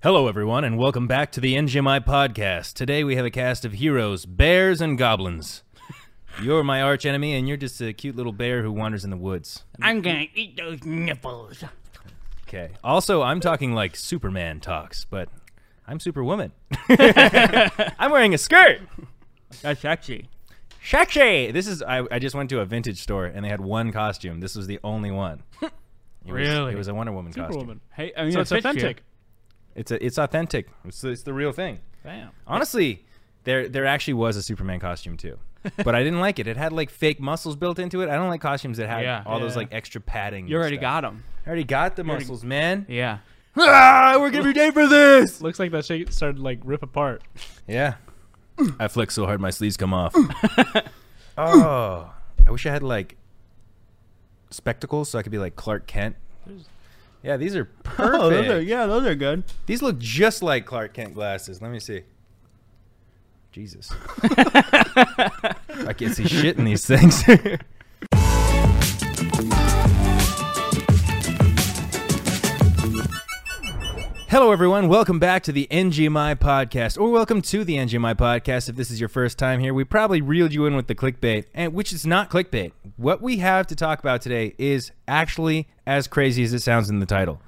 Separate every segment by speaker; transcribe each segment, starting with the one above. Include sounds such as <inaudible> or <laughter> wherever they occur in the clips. Speaker 1: Hello, everyone, and welcome back to the NGMI podcast. Today we have a cast of heroes, bears, and goblins. You're my arch enemy, and you're just a cute little bear who wanders in the woods.
Speaker 2: I'm gonna eat those nipples.
Speaker 1: Okay. Also, I'm talking like Superman talks, but I'm Superwoman. I'm wearing a skirt.
Speaker 2: That's sexy.
Speaker 1: Sexy. This is. I, I just went to a vintage store, and they had one costume. This was the only one. It was-
Speaker 2: Really?
Speaker 1: it was a Wonder Woman costume.
Speaker 3: Superwoman.
Speaker 2: Hey, I mean,
Speaker 3: So
Speaker 2: it
Speaker 3: it's
Speaker 2: fits you.
Speaker 3: authentic.
Speaker 1: It's a, It's authentic. It's, it's the real thing.
Speaker 2: Bam.
Speaker 1: Honestly, there there actually was a Superman costume too, but I didn't like it. It had like fake muscles built into it. I don't like costumes that have
Speaker 3: Yeah.
Speaker 1: all those
Speaker 2: Yeah.
Speaker 1: like extra padding.
Speaker 2: You already got them.
Speaker 1: I already got the muscles, man.
Speaker 2: Yeah.
Speaker 1: <laughs> Ah, I work every day for this.
Speaker 3: Looks like that shit started to, like rip apart.
Speaker 1: Yeah, I flex so hard my sleeves come <laughs> off. oh, I wish I had like spectacles so I could be like Clark Kent. Yeah, these <laughs> Oh, are perfect.
Speaker 2: yeah, Oh, those are good.
Speaker 1: These look just like Clark Kent glasses. Let me see. Jesus. I can't see shit in these things. <laughs> Hello, everyone. Welcome back to the NGMI podcast, or welcome to the NGMI podcast. If this is your first time here, we probably reeled you in with the clickbait, and which is not clickbait. What we have to talk about today is actually as crazy as it sounds in the title.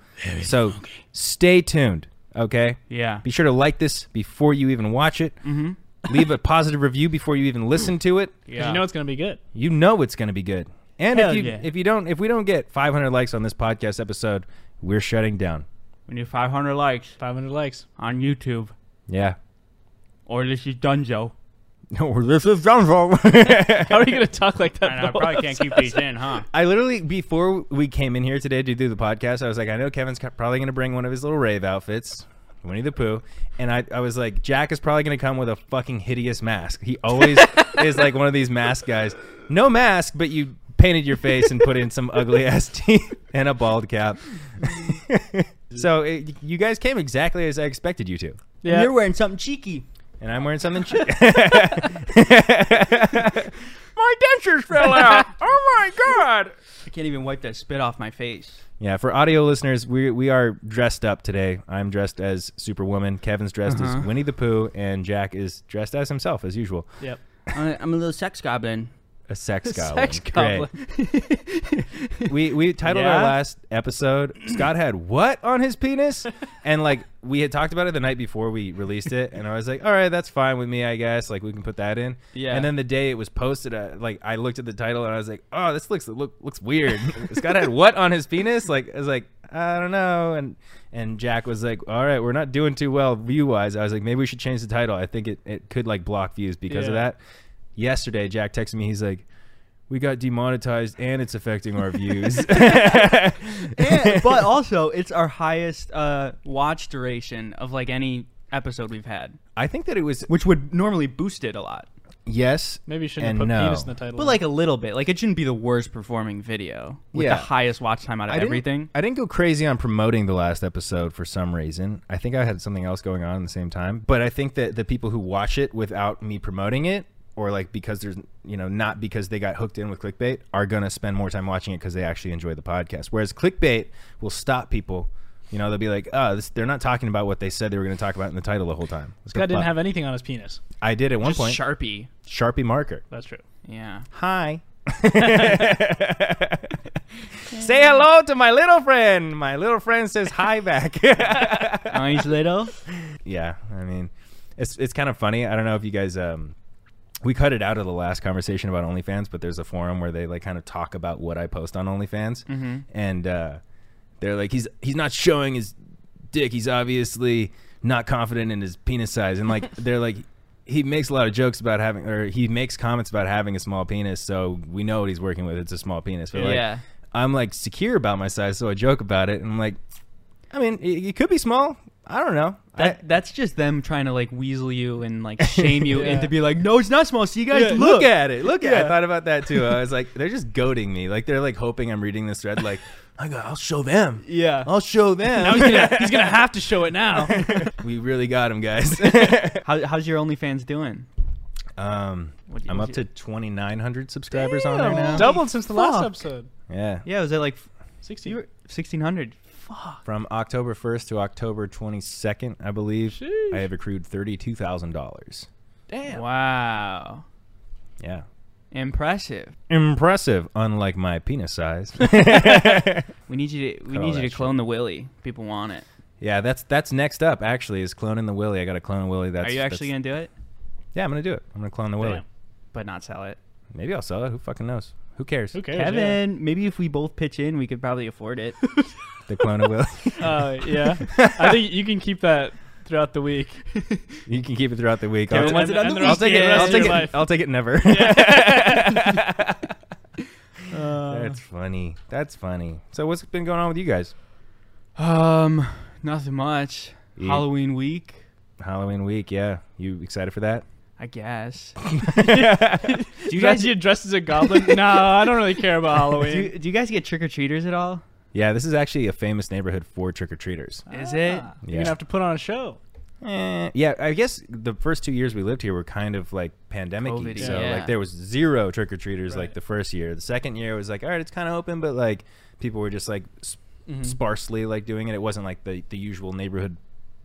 Speaker 1: So stay tuned, okay?
Speaker 2: Yeah.
Speaker 1: Be sure to like this before you even watch it. Mm-hmm. Leave a positive review before you even listen to it.
Speaker 3: 'Cause
Speaker 2: yeah.
Speaker 3: You know it's gonna be good.
Speaker 1: You know it's going to be good. And
Speaker 2: Hell
Speaker 1: if you
Speaker 2: yeah.
Speaker 1: if you don't if we don't get 500 likes on this podcast episode, we're shutting down.
Speaker 2: we need 500 likes <laughs>
Speaker 3: 500 likes.
Speaker 2: on YouTube,
Speaker 1: Yeah. <laughs>
Speaker 2: or this is Dunzo.
Speaker 1: No, this is <laughs> Dunzo.
Speaker 3: How are you gonna talk like that?
Speaker 2: And
Speaker 3: the
Speaker 2: I
Speaker 3: whole
Speaker 2: probably can't keep these in, <laughs> huh?
Speaker 1: I literally before we came in here today to do the podcast, I was like, I know Kevin's co- probably going to bring one of his little rave outfits, Winnie the Pooh, and I, I was like, Jack is probably going to come with a fucking hideous mask. He always is like one of these mask guys. No mask, but you painted your face and put in some ugly <laughs> ass teeth and a bald cap. <laughs> so it, you guys came exactly as I expected you to,
Speaker 3: <laughs> Yeah.
Speaker 2: You're wearing something cheeky.
Speaker 1: and I'm wearing something. <laughs> Ch-
Speaker 2: My dentures fell <laughs> out. oh my god! I can't even wipe that spit off my face.
Speaker 1: Yeah, for audio listeners, we we are dressed up today. I'm dressed as Superwoman. Kevin's dressed
Speaker 3: Uh-huh.
Speaker 1: as Winnie the Pooh, and Jack is dressed as himself as usual,
Speaker 3: Yep.
Speaker 2: I- I'm a little sex goblin.
Speaker 1: a
Speaker 3: <laughs>
Speaker 1: sex goblin.
Speaker 3: Sex
Speaker 1: Great.
Speaker 3: goblin.
Speaker 1: We we titled our
Speaker 2: Yeah?
Speaker 1: last episode. Scott had what on his penis, and like we had talked about it the night before we released it, and I was like, all right, that's fine with me, I guess. Like we can put that in.
Speaker 2: Yeah.
Speaker 1: And then the day it was posted, uh, like I looked at the title and I was like, oh, this looks look looks weird. <laughs> Scott had what on his penis? Like I was like, I don't know. And and Jack was like, all right, we're not doing too well view wise. I was like, maybe we should change the title. I think it it could like block views because of
Speaker 3: Yeah.
Speaker 1: that. Yesterday, Jack texted me. He's like. We got demonetized and it's affecting our
Speaker 3: <laughs>
Speaker 1: views.
Speaker 2: <laughs> And- but also, it's our highest uh, watch duration of like any episode we've had,
Speaker 1: I think that it was
Speaker 2: which would normally boost it a lot.
Speaker 1: yes.
Speaker 3: Maybe you shouldn't
Speaker 1: and
Speaker 3: have
Speaker 1: no.
Speaker 3: put penis in the title.
Speaker 2: But like a little bit. Like it shouldn't be the worst performing video with
Speaker 1: Yeah.
Speaker 2: the highest watch time out of
Speaker 1: I didn't-
Speaker 2: everything.
Speaker 1: I didn't go crazy on promoting the last episode for some reason. I think I had something else going on at the same time. But I think that the people who watch it without me promoting it, or like because there's you know not because they got hooked in with clickbait, are gonna spend more time watching it because they actually enjoy the podcast. Whereas clickbait will stop people. You know they'll be like, oh, this, they're not talking about what they said they were gonna talk about in the title the whole time.
Speaker 3: Scott didn't have anything on his penis.
Speaker 1: I did at one
Speaker 2: Just
Speaker 1: point.
Speaker 2: Sharpie.
Speaker 1: Sharpie marker.
Speaker 3: That's true.
Speaker 2: Yeah.
Speaker 1: <laughs> Hi. Say hello to my little friend. My little friend says hi back. <laughs>
Speaker 2: Nice little.
Speaker 1: yeah, I mean, it's it's kind of funny. I don't know if you guys um we cut it out of the last conversation about OnlyFans, but there's a forum where they like kind of talk about what I post on OnlyFans,
Speaker 4: Mm-hmm.
Speaker 2: Mm-hmm.
Speaker 1: and uh, they're like, he's he's not showing his dick. He's obviously not confident in his penis size, and
Speaker 3: <laughs>
Speaker 1: like they're like. He makes a lot of jokes about having, or he makes comments about having a small penis. So we know what he's working with. It's a small penis. But like,
Speaker 2: Yeah.
Speaker 1: I'm like secure about my size, so I joke about it, and I'm like, I mean, it, it could be small. I don't know.
Speaker 2: That,
Speaker 1: I-
Speaker 2: that's just them trying to like weasel you and
Speaker 1: <laughs>
Speaker 2: like shame you
Speaker 3: Yeah.
Speaker 2: into be like, no, it's not small. See, you guys,
Speaker 3: Yeah,
Speaker 2: look.
Speaker 1: look <laughs> at it. Look at it. I
Speaker 3: Yeah.
Speaker 1: thought about that too. I was like,
Speaker 3: <laughs>
Speaker 1: they're just goading me. Like they're like hoping I'm reading this thread. Like I go, I'll show them.
Speaker 2: Yeah.
Speaker 1: I'll show
Speaker 3: <laughs> Now
Speaker 1: them.
Speaker 3: he's
Speaker 1: <laughs>
Speaker 3: gonna, he's gonna have to show it now.
Speaker 1: we really got them, guys.
Speaker 2: How, how's your OnlyFans doing?
Speaker 1: <laughs> um,
Speaker 2: What do you-
Speaker 1: I'm up
Speaker 2: what do
Speaker 1: to 22900 subscribers on there
Speaker 2: Damn.
Speaker 1: now.
Speaker 2: Double.
Speaker 3: Doubled since the last
Speaker 2: Fuck.
Speaker 3: episode.
Speaker 1: Yeah.
Speaker 2: you- Yeah, was it like
Speaker 3: Sixty.
Speaker 2: you were 1600?
Speaker 3: Fuck.
Speaker 1: From October 1st to October 22nd, I believe,
Speaker 3: Sheesh.
Speaker 1: I have accrued $32,000.
Speaker 3: Damn.
Speaker 4: Wow.
Speaker 1: Yeah.
Speaker 4: Impressive.
Speaker 1: Impressive, unlike my penis size.
Speaker 4: We need you to we
Speaker 1: Cut all
Speaker 4: need
Speaker 1: that
Speaker 4: you to
Speaker 1: shit.
Speaker 4: clone the Willy. People want it.
Speaker 1: <laughs> yeah, that's that's next up actually is cloning the Willy. I got to clone a Willy. That's
Speaker 4: Are you actually
Speaker 1: that's-
Speaker 4: gonna do it?
Speaker 1: Yeah, I'm going to do it. I'm going to clone the Willy.
Speaker 3: Damn.
Speaker 4: But not sell it.
Speaker 1: Maybe I'll sell it. Who fucking knows? Who cares?
Speaker 3: <laughs>
Speaker 1: <laughs>
Speaker 3: Who cares?
Speaker 4: Kevin, maybe if we both pitch in, we could probably afford it.
Speaker 1: The clone a Willy.
Speaker 3: Yeah. Uh, yeah. I think you can keep that throughout the week.
Speaker 1: You can keep it throughout the week.
Speaker 4: Kevin
Speaker 1: I'll,
Speaker 4: wants
Speaker 1: ta-
Speaker 4: it on the
Speaker 1: I'll take it.
Speaker 4: weekend.
Speaker 1: I'll
Speaker 4: Rest of
Speaker 1: take
Speaker 4: your
Speaker 1: it. I'll take it. Never. <laughs>
Speaker 3: Uh,
Speaker 1: That's funny. That's funny. So what's been going on with you guys?
Speaker 4: um, nothing much.
Speaker 1: Eat.
Speaker 4: Halloween week,
Speaker 1: Halloween week. Yeah, you excited for that? <laughs>
Speaker 4: I guess.
Speaker 3: Do you guys get dressed as
Speaker 4: <laughs>
Speaker 3: a goblin? <laughs> no, I don't really care about
Speaker 4: Do,
Speaker 3: Halloween.
Speaker 4: you- do you guys get trick or treaters at all?
Speaker 1: Yeah, this is actually a famous neighborhood for trick or treaters.
Speaker 4: Is it?
Speaker 3: Ah, You're
Speaker 1: Yeah.
Speaker 3: gonna have to put on a show.
Speaker 1: Eh, yeah, I guess the first two years we lived here were kind of like pandemic
Speaker 4: COVID,
Speaker 1: so
Speaker 4: yeah.
Speaker 1: like there was zero trick or treaters like
Speaker 3: Right.
Speaker 1: the first year. The second year was like, all right, it's kind of open, but like people were just like s- sparsely like doing it. It wasn't like the the usual neighborhood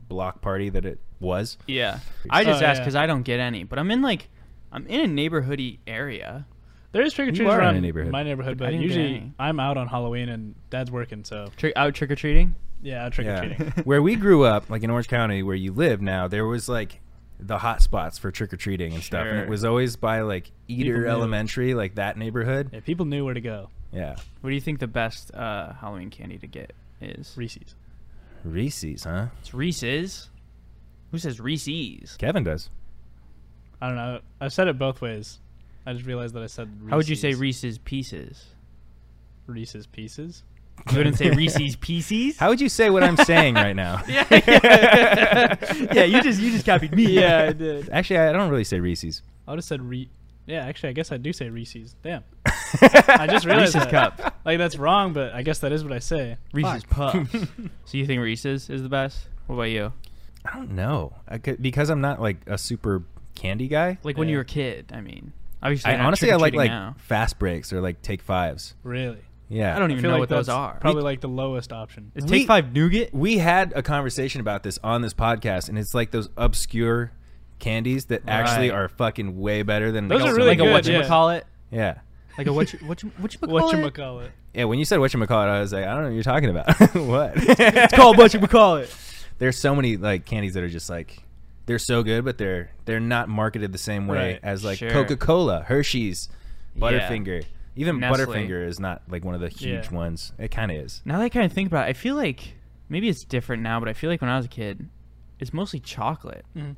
Speaker 1: block party that it was.
Speaker 4: Yeah. I just
Speaker 3: Oh,
Speaker 4: asked
Speaker 3: yeah.
Speaker 4: because I don't get any, but I'm in like, I'm in a neighborhoody area.
Speaker 3: There is trick or
Speaker 1: You
Speaker 3: treaters
Speaker 1: are in
Speaker 3: around
Speaker 1: a neighborhood.
Speaker 3: my neighborhood,
Speaker 4: But I
Speaker 3: but
Speaker 4: didn't get
Speaker 3: usually
Speaker 4: any.
Speaker 3: I'm out on Halloween and Dad's working, so
Speaker 4: Trick out trick or treating.
Speaker 3: yeah, trick
Speaker 4: <laughs>
Speaker 3: or treating.
Speaker 1: where we grew up, like in Orange County, where you live now, there was like the hot spots for trick or treating and stuff, and
Speaker 4: Sure.
Speaker 1: it was always by like
Speaker 3: People
Speaker 1: Eater
Speaker 3: knew.
Speaker 1: Elementary, like that neighborhood.
Speaker 3: yeah, people knew where to go.
Speaker 1: Yeah,
Speaker 4: What do you think the best uh, Halloween candy to get is?
Speaker 3: Reese's.
Speaker 1: Reese's, huh?
Speaker 4: It's Reese's. Who says Reese's?
Speaker 1: Kevin does.
Speaker 3: I don't know. I've said it both ways. I just realized that I said. Reese's.
Speaker 4: How would you say Reese's Pieces?
Speaker 3: Reese's Pieces?
Speaker 4: You wouldn't <laughs> say Reese's
Speaker 1: <laughs>
Speaker 4: Pieces.
Speaker 1: How would you say what I'm saying right now?
Speaker 4: <laughs> yeah, <laughs> yeah. Yeah, you just you just copied me.
Speaker 3: yeah, I did.
Speaker 1: Actually, I don't really say
Speaker 4: <laughs>
Speaker 1: Reese's.
Speaker 3: I would have said re. Yeah, actually, I guess I do say Reese's. Damn. I
Speaker 1: <laughs>
Speaker 3: just realized
Speaker 4: Reese's
Speaker 3: that.
Speaker 4: cup,
Speaker 3: Like that's wrong, but I guess that is what I say.
Speaker 4: Reese's <laughs> Puffs. so you think Reese's is the best? What about you?
Speaker 1: I don't know. I could, because I'm not like a super candy guy.
Speaker 4: Like when
Speaker 3: Yeah.
Speaker 4: you were a kid, I mean. Obviously,
Speaker 1: I
Speaker 4: you're not
Speaker 1: honestly I like
Speaker 4: trick-or-treating
Speaker 1: like
Speaker 4: now.
Speaker 1: fast breaks or like take fives.
Speaker 3: Really.
Speaker 1: Yeah.
Speaker 4: I don't even
Speaker 3: feel
Speaker 4: know
Speaker 3: like
Speaker 4: what those
Speaker 3: that's
Speaker 4: are.
Speaker 3: Probably like the lowest option.
Speaker 4: Is
Speaker 1: We-
Speaker 4: Take Five nougat?
Speaker 1: we had a conversation about this on this podcast, and it's like those obscure candies that actually
Speaker 4: Right.
Speaker 1: are fucking way better than
Speaker 3: Those
Speaker 1: like
Speaker 3: are
Speaker 1: also
Speaker 3: really
Speaker 1: like
Speaker 4: like
Speaker 3: good,
Speaker 4: a what
Speaker 1: a
Speaker 4: you
Speaker 1: whatchamacallit.
Speaker 3: yeah.
Speaker 4: call it?
Speaker 1: Yeah.
Speaker 4: Like a what what <laughs> what you
Speaker 3: What
Speaker 4: call it?
Speaker 3: call it?
Speaker 1: <laughs> yeah, When you said whatchamacallit, I was like, I don't know what you're talking about. <laughs> what?
Speaker 4: It's called what you call it.
Speaker 1: <laughs> There's so many like candies that are just like they're so good, but they're they're not marketed the same way
Speaker 3: Right.
Speaker 1: as like
Speaker 4: Sure.
Speaker 1: Coca Cola, Hershey's,
Speaker 4: Yeah.
Speaker 1: Butterfinger. Even
Speaker 4: Nestle.
Speaker 1: Butterfinger is not like one of the huge
Speaker 3: Yeah.
Speaker 1: ones. It kind of is.
Speaker 4: Now that I kind of think about it, I feel like maybe it's different now, but I feel like when I was a kid, it's mostly chocolate.
Speaker 3: Mm-hmm.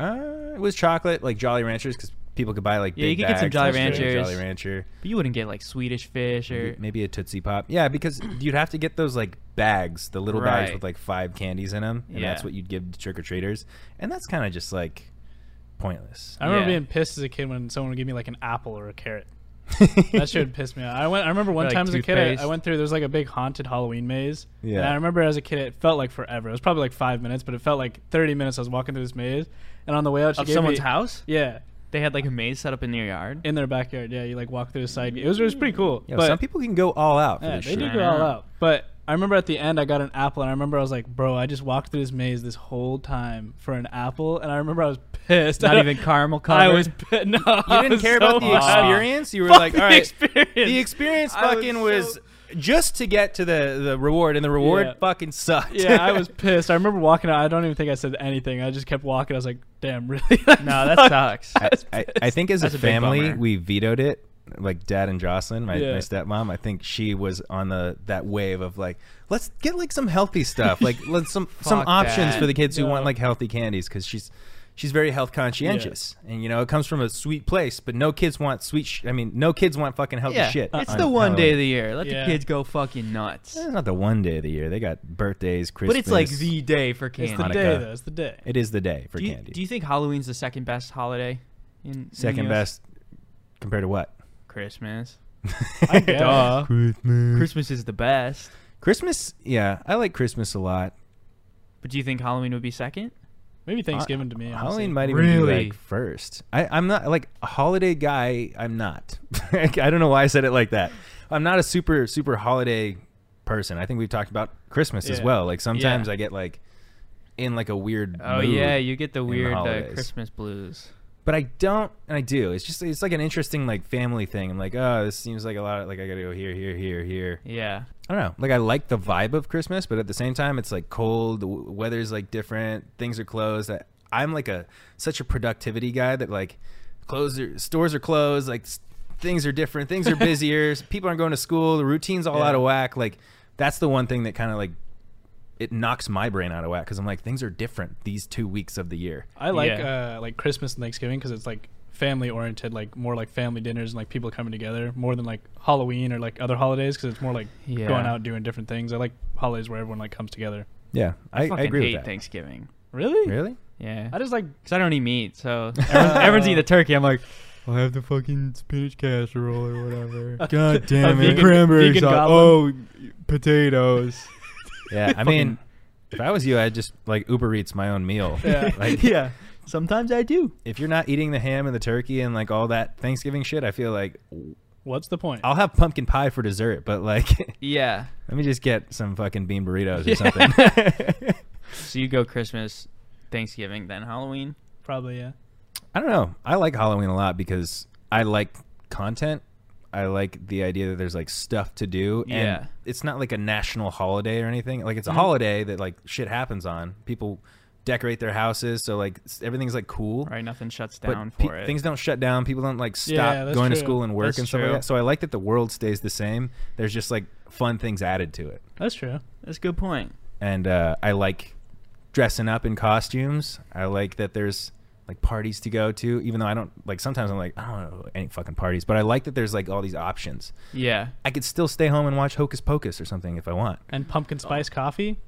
Speaker 1: Uh, it was chocolate, like Jolly Ranchers, because people could buy like
Speaker 4: Yeah, you
Speaker 1: big
Speaker 4: could get some
Speaker 1: bags,
Speaker 4: Jolly
Speaker 1: like, straight
Speaker 4: Ranchers.
Speaker 1: Jolly Rancher.
Speaker 4: But you wouldn't get like Swedish fish or
Speaker 1: Maybe, maybe a Tootsie Pop. Yeah, because you'd have to get those like bags, the little bags
Speaker 4: Right.
Speaker 1: with like five candies in them, and that's
Speaker 4: Yeah.
Speaker 1: what you'd give to trick or treaters. And that's kind of just like
Speaker 3: <laughs>
Speaker 1: pointless.
Speaker 3: I remember
Speaker 4: Yeah.
Speaker 3: being pissed as a kid when someone would give me like an apple or a carrot. That shit would piss me off. I went. I
Speaker 1: <laughs>
Speaker 3: remember one
Speaker 4: Like
Speaker 3: time as a kid, I- I,
Speaker 4: toothpaste.
Speaker 3: went through. There was like a big haunted Halloween maze.
Speaker 1: Yeah.
Speaker 3: And I remember as a kid, it felt like forever. It was probably like five minutes, but it felt like thirty minutes. I was walking through this maze, and on the way out, she
Speaker 4: of
Speaker 3: gave
Speaker 4: someone's
Speaker 3: me-
Speaker 4: house.
Speaker 3: Yeah,
Speaker 4: They had like a maze set up in their yard.
Speaker 3: in their backyard. Yeah, you like walk through the side. It was. It was pretty cool.
Speaker 1: You know,
Speaker 3: but
Speaker 1: some people can go all out for
Speaker 3: yeah,
Speaker 1: this
Speaker 3: they
Speaker 1: shit.
Speaker 3: do
Speaker 4: I
Speaker 3: go all
Speaker 4: know.
Speaker 3: out. But I remember at the end, I got an apple, and I remember I was like, "Bro, I just walked through this maze this whole time for an apple," and I remember I was pissed. <laughs>
Speaker 4: Not even <laughs> caramel colored.
Speaker 3: I was pissed. <laughs> No,
Speaker 1: You didn't care about the
Speaker 4: mad.
Speaker 1: experience. You were
Speaker 3: Fuck
Speaker 1: like,
Speaker 3: the
Speaker 1: all right,
Speaker 3: experience.
Speaker 1: the experience
Speaker 3: I was
Speaker 1: fucking was,
Speaker 3: so-
Speaker 1: just to get to the the reward, and the reward
Speaker 3: Yeah.
Speaker 1: fucking sucked.
Speaker 3: yeah,
Speaker 4: <laughs>
Speaker 3: I was pissed. I remember walking out. I don't even think I said anything. I just kept walking. I was like, "Damn, <laughs> really?"
Speaker 4: no, that sucks. <laughs>
Speaker 1: I, I, I think as a
Speaker 4: That's a big
Speaker 1: family,
Speaker 4: bummer.
Speaker 1: we vetoed it. Like dad and Jocelyn, my,
Speaker 3: Yeah.
Speaker 1: my stepmom, I think she was on the that wave of like, let's get like some healthy stuff,
Speaker 4: <laughs>
Speaker 1: like let's some some
Speaker 4: Fuck
Speaker 1: options
Speaker 4: that.
Speaker 1: for the kids who
Speaker 3: No.
Speaker 1: want like healthy candies because she's she's very health conscientious and you know it comes from a sweet place, but no kids want sweet. Sh- I mean, no kids want fucking healthy
Speaker 4: yeah,
Speaker 1: shit.
Speaker 4: it's the one day of the year. Let
Speaker 3: Yeah.
Speaker 4: the kids go fucking nuts.
Speaker 1: It's Eh, not the one day of the year. They got birthdays, Christmas.
Speaker 4: But it's like the day for candy.
Speaker 3: it's the
Speaker 1: Hanukkah.
Speaker 3: day though. It's the day.
Speaker 1: It is the day for
Speaker 4: do, you,
Speaker 1: candy.
Speaker 4: do you think Halloween's the second best holiday? In, in the
Speaker 1: Second
Speaker 4: US?
Speaker 1: best compared to what?
Speaker 4: Christmas.
Speaker 1: <laughs>
Speaker 3: I guess.
Speaker 4: Duh.
Speaker 1: Christmas.
Speaker 4: Christmas is the best.
Speaker 1: Christmas, yeah, I like Christmas a lot.
Speaker 4: But do you think Halloween would be second?
Speaker 3: Maybe Thanksgiving to me. honestly.
Speaker 1: Halloween might even be
Speaker 4: Really?
Speaker 1: like first. I, I'm not like a holiday <laughs> guy. I'm not. I don't know why I said it like that. I'm not a super super holiday person. I think we've talked about Christmas as
Speaker 3: Yeah.
Speaker 1: well. Like sometimes
Speaker 2: Yeah.
Speaker 1: I get like in like a weird
Speaker 4: Oh
Speaker 1: mood.
Speaker 4: yeah, you get the
Speaker 1: in the
Speaker 4: weird uh,
Speaker 1: holidays.
Speaker 4: Christmas blues.
Speaker 1: but I don't, and I do. It's just it's like an interesting like family thing. I'm like, oh, this seems like a lot. Of, like I gotta go here, here, here, here.
Speaker 4: Yeah.
Speaker 1: I don't know. Like I like the vibe of Christmas, but at the same time, it's like cold. The w- weather's like different. Things are closed. I, I'm like a such a productivity guy that like clothes are, stores are closed. Like s- things are different. Things <laughs> are busier. s- People aren't going to school. The routine's all
Speaker 3: Yeah.
Speaker 1: out of whack. Like that's the one thing that kind of like it knocks my brain out of whack because I'm like things are different these two weeks of the year.
Speaker 3: I like
Speaker 4: Yeah.
Speaker 3: uh, like Christmas and Thanksgiving because it's like family oriented, like more like family dinners and like people coming together more than like Halloween or like other holidays because it's more like
Speaker 4: Yeah.
Speaker 3: going out doing different things. I like holidays where everyone like comes together.
Speaker 1: Yeah, I, I
Speaker 4: fucking
Speaker 1: agree
Speaker 4: hate
Speaker 1: with that.
Speaker 4: Thanksgiving.
Speaker 3: Really?
Speaker 1: Really?
Speaker 4: Yeah.
Speaker 3: I just like
Speaker 4: Cause I don't eat meat, so
Speaker 1: <laughs>
Speaker 4: everyone's, everyone's eating the turkey. I'm like,
Speaker 5: I'll have the fucking spinach casserole
Speaker 3: <laughs>
Speaker 5: or whatever.
Speaker 3: A-
Speaker 5: God damn it.
Speaker 3: vegan-
Speaker 5: Cranberry
Speaker 3: vegan
Speaker 5: sauce. Oh,
Speaker 3: goblin.
Speaker 5: potatoes.
Speaker 1: Yeah. I mean, if I was you, I'd just like Uber Eats my own meal.
Speaker 3: Yeah.
Speaker 1: <laughs> <laughs>
Speaker 4: <laughs>
Speaker 1: Like,
Speaker 2: yeah. Sometimes I do.
Speaker 1: if you're not eating the ham and the turkey and like all that Thanksgiving shit, I feel like
Speaker 3: what's the point?
Speaker 1: I'll have pumpkin pie for dessert, but like <laughs>
Speaker 4: yeah.
Speaker 1: let me just get some fucking bean burritos or
Speaker 3: Yeah.
Speaker 4: <laughs>
Speaker 1: something. <laughs>
Speaker 4: So you go Christmas, Thanksgiving, then Halloween.
Speaker 3: Probably yeah.
Speaker 1: I don't know. I like Halloween a lot because I like content. I like the idea that there's like stuff to do.
Speaker 4: Yeah.
Speaker 1: And it's not like a national holiday or anything. Like it's a holiday that like shit happens on. People decorate their houses, so like s- everything's like cool.
Speaker 4: Right. Nothing shuts
Speaker 1: But
Speaker 4: down
Speaker 1: pe-
Speaker 4: for it.
Speaker 1: Things don't shut down. People don't like stop
Speaker 3: Yeah, that's
Speaker 1: going to
Speaker 3: true.
Speaker 1: school and work
Speaker 4: That's
Speaker 1: and stuff
Speaker 4: true.
Speaker 1: like that. So I like that the world stays the same. There's just like fun things added to it,
Speaker 3: That's true.
Speaker 4: That's a good point.
Speaker 1: and uh, I like dressing up in costumes. I like that there's like parties to go to, even though I don't like. Sometimes I'm like I don't know any fucking parties, but I like that there's like all these options.
Speaker 4: Yeah.
Speaker 1: I could still stay home and watch Hocus Pocus or something if I want.
Speaker 3: And pumpkin spice
Speaker 1: Oh.
Speaker 3: coffee.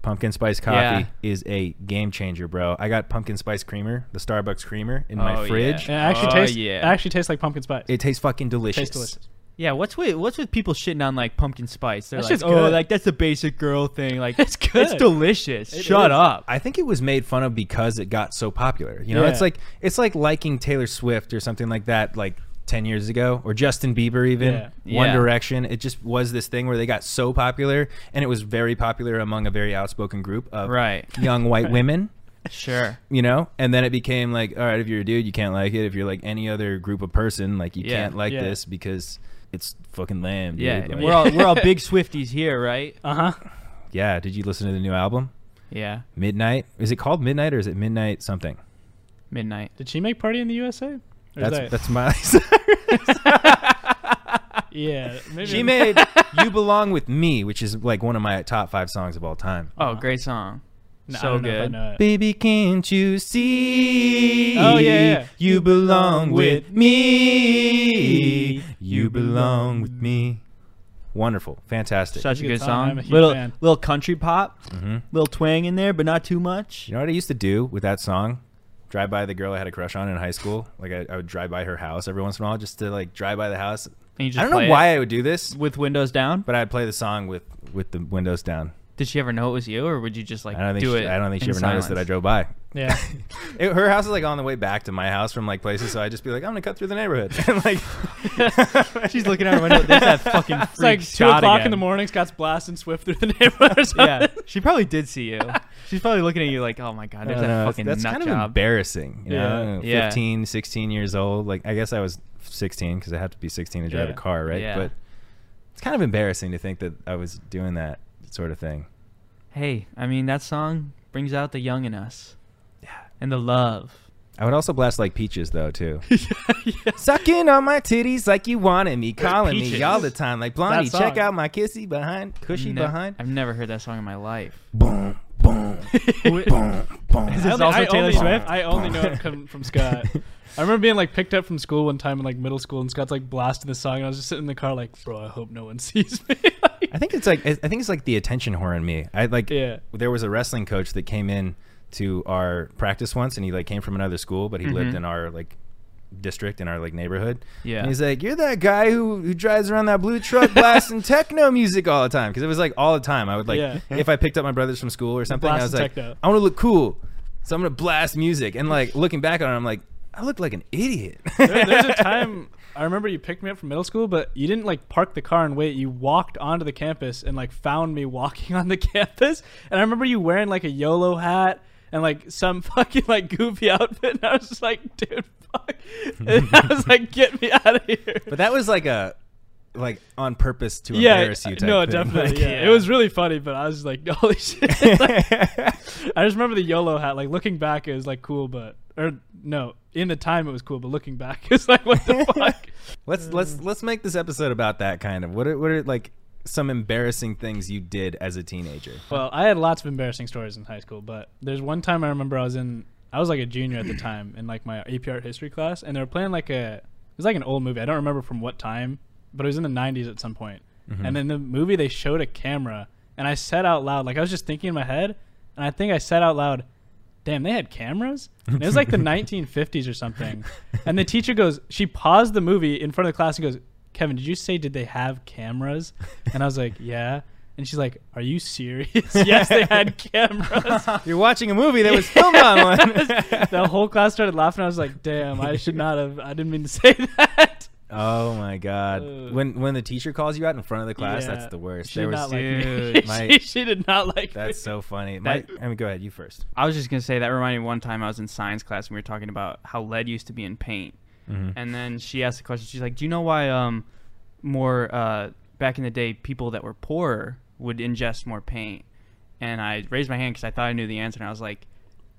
Speaker 1: Pumpkin spice coffee
Speaker 4: Yeah.
Speaker 1: is a game changer, bro. I got pumpkin spice creamer, the Starbucks creamer, in
Speaker 4: Oh,
Speaker 1: my
Speaker 4: yeah.
Speaker 1: fridge.
Speaker 3: It actually
Speaker 4: Oh,
Speaker 3: tastes.
Speaker 4: yeah.
Speaker 3: It actually tastes like pumpkin spice.
Speaker 1: It tastes fucking
Speaker 3: tastes delicious.
Speaker 4: Yeah. What's with what's with people shitting on like pumpkin spice? They're
Speaker 3: That
Speaker 4: like,
Speaker 3: shit's
Speaker 4: oh,
Speaker 3: good.
Speaker 4: like that's a basic girl thing. Like
Speaker 3: It's
Speaker 4: It's
Speaker 3: good.
Speaker 4: delicious.
Speaker 3: It
Speaker 4: Shut
Speaker 3: is.
Speaker 4: up.
Speaker 1: I think it was made fun of because it got so popular. You know,
Speaker 3: Yeah.
Speaker 1: it's like it's like liking Taylor Swift or something like that, like ten years ago, or Justin Bieber, even
Speaker 3: Yeah.
Speaker 1: One
Speaker 4: Yeah.
Speaker 1: Direction. It just was this thing where they got so popular, and it was very popular among a very outspoken group of
Speaker 4: Right.
Speaker 1: young white women.
Speaker 4: Sure.
Speaker 1: You know, and then it became like, all right, if you're a dude, you can't like it. If you're like any other group of person, like you
Speaker 4: Yeah.
Speaker 1: can't like
Speaker 3: Yeah.
Speaker 1: this because it's fucking lame. dude.
Speaker 4: Yeah. And
Speaker 1: Like-
Speaker 4: we're all we're all big Swifties here, right?
Speaker 3: Uh huh.
Speaker 1: yeah. Did you listen to the new album?
Speaker 4: Yeah.
Speaker 1: Midnight. Is it called Midnight or is it Midnight something?
Speaker 4: Midnight.
Speaker 3: Did she make Party in the USA? Or is
Speaker 1: That's
Speaker 3: that-
Speaker 1: that's my.
Speaker 3: <laughs>
Speaker 1: <laughs>
Speaker 3: yeah. Maybe
Speaker 1: She made
Speaker 4: <laughs>
Speaker 1: "You Belong with Me," which is like one of my top five songs of all time.
Speaker 4: Oh, great song.
Speaker 3: No, I
Speaker 4: so
Speaker 3: don't know if I
Speaker 4: good.
Speaker 3: know it.
Speaker 1: Baby, can't you see?
Speaker 3: Oh, yeah, yeah.
Speaker 1: You belong with me. You belong with me. Wonderful, fantastic.
Speaker 4: Such a
Speaker 3: Good
Speaker 4: good
Speaker 3: song.
Speaker 4: song.
Speaker 3: I'm a huge
Speaker 2: Little
Speaker 3: fan.
Speaker 2: little country pop,
Speaker 1: Mhm.
Speaker 2: little twang in there, but not too much.
Speaker 1: You know what I used to do with that song? Drive by the girl I had a crush on in high school. Like I, I would drive by her house every once in a while, just to like drive by the house.
Speaker 4: And you just
Speaker 1: I don't know
Speaker 4: play it
Speaker 1: why I would do this,
Speaker 4: with windows down.
Speaker 1: but I'd play the song with with the windows down.
Speaker 4: Did she ever know it was you, or would you just like
Speaker 1: I don't think
Speaker 4: do
Speaker 1: she,
Speaker 4: it?
Speaker 1: I don't think she
Speaker 4: in
Speaker 1: ever noticed that I
Speaker 4: silence?
Speaker 1: drove by.
Speaker 3: Yeah.
Speaker 1: It, her house is like on the way back to my house from like places, so I just be like, I'm gonna cut through the neighborhood. <laughs> and like,
Speaker 4: <laughs> <laughs> She's looking out her window. There's
Speaker 3: <laughs>
Speaker 4: that fucking freak
Speaker 3: It's like two
Speaker 4: Scott
Speaker 3: o'clock in
Speaker 4: again.
Speaker 3: the morning. Scott's blasting Swift through the <laughs> neighborhood. Or something.
Speaker 4: <laughs>
Speaker 1: <laughs>
Speaker 4: Yeah, she
Speaker 3: <laughs>
Speaker 4: probably did see you. She's probably looking at you like, oh my god,
Speaker 1: <laughs>
Speaker 4: there's
Speaker 1: I don't
Speaker 4: that
Speaker 1: know,
Speaker 4: fucking
Speaker 1: that's
Speaker 4: nut
Speaker 1: kind of
Speaker 4: job.
Speaker 1: embarrassing. You know,
Speaker 4: Yeah. Yeah.
Speaker 1: 15, 16 years old. Like, I guess I was 16 because I had to be 16 to drive
Speaker 3: Yeah.
Speaker 1: a car, right?
Speaker 4: Yeah.
Speaker 1: But it's kind of embarrassing to think that I was doing that sort of thing.
Speaker 4: hey, I mean that song brings out the young in us
Speaker 1: Yeah.
Speaker 4: and the love.
Speaker 1: I would also blast like peaches though
Speaker 4: <laughs>
Speaker 1: too. Sucking on my titties like you wanted me, calling
Speaker 4: Peaches.
Speaker 1: me all the time, like Blondie.
Speaker 3: That
Speaker 1: Check
Speaker 3: song.
Speaker 1: out my kissy behind, cushy
Speaker 4: Ne-
Speaker 1: behind.
Speaker 4: I've never heard that song in my life.
Speaker 1: <laughs> Boom, <laughs>
Speaker 3: <laughs>
Speaker 1: boom, boom, boom.
Speaker 4: Is
Speaker 3: I
Speaker 4: this
Speaker 3: only-
Speaker 4: also
Speaker 3: I
Speaker 4: Taylor
Speaker 3: only-
Speaker 4: Swift?
Speaker 3: I only know it come from Scott. I remember being like picked up from school one time in like middle school, and Scott's like blasting this song, and I was just sitting in the car like, bro, I hope no one <laughs> sees me. Like,
Speaker 1: I think it's like I think it's like the attention whore in me. I like
Speaker 3: yeah,
Speaker 1: there was a wrestling coach that came in to our practice once and he like came from another school but he lived
Speaker 4: Mhm.
Speaker 1: in our like district in our like neighborhood
Speaker 4: Yeah.
Speaker 1: and he's like you're that guy who, who drives around that blue truck blasting techno music all the time because it was like all the time i would like
Speaker 3: Yeah.
Speaker 1: if i picked up my brothers from school or something i was
Speaker 3: blasting
Speaker 1: like
Speaker 3: techno.
Speaker 1: i want to look cool so i'm gonna blast music and like looking back on it i'm like i look like an idiot <laughs>
Speaker 3: There- there's a time I remember you picked me up from middle school, but you didn't like park the car and wait. You walked onto the campus and like found me walking <laughs> on the campus. And I remember you wearing like a YOLO hat and like some <laughs> fucking like goofy outfit. And I was just like, dude, fuck. <laughs> And I was like, get me out of here.
Speaker 1: But that was like a like on purpose to
Speaker 3: yeah,
Speaker 1: embarrass you. Type
Speaker 3: no,
Speaker 1: thing.
Speaker 3: definitely.
Speaker 1: Like-
Speaker 3: yeah. it was really funny, but I was like, <laughs> holy shit. Like, I just remember the YOLO hat. Like looking back, it was like cool, but or no, in the time it was cool, but looking back, <laughs> it's like what
Speaker 1: <laughs>
Speaker 3: the fuck.
Speaker 1: <laughs> Let's let's let's make this episode about that kind of. What are, what are like some embarrassing things you did as a teenager?
Speaker 3: Well, I had lots of embarrassing stories in high school, but there's one time I remember I was in I was like a junior at the time in like my AP art history class and they were playing like a it was like an old movie. I don't remember from what time, but it was in the 90s at some point. And in the movie they showed a camera and I said out loud like I was just thinking in my head and I think I said out loud, "Damn, they had cameras?" And it was like the 1950s or something. And the teacher goes, she paused the movie in front of the class and goes, Kevin, did you say did they have cameras? And I was like, yeah. And she's like, are you serious? <laughs> yes, they had cameras.
Speaker 2: <laughs>
Speaker 1: You're watching a movie that was filmed on one.
Speaker 3: <laughs> the whole class started laughing. I was like, damn, I should not have. I didn't mean to say <laughs> that.
Speaker 1: oh my god!
Speaker 3: Ugh.
Speaker 1: when when the teacher calls you out in front of the class,
Speaker 3: Yeah.
Speaker 1: that's the worst.
Speaker 3: She
Speaker 1: There
Speaker 3: did
Speaker 1: was
Speaker 3: not like me.
Speaker 4: Dude,
Speaker 1: my-
Speaker 3: <laughs> she, she did not
Speaker 1: <laughs>
Speaker 3: like
Speaker 1: that's
Speaker 3: me.
Speaker 1: so funny. My,
Speaker 4: That-
Speaker 1: I mean, go ahead. You first.
Speaker 4: <laughs> I was just gonna say that reminded me one time I was in science class and we were talking about how lead used to be in paint, and then she asked the question. She's like, "Do you know why um more uh back in the day people that were poorer would ingest more paint?" And I raised my hand because I thought I knew the answer, and I was like,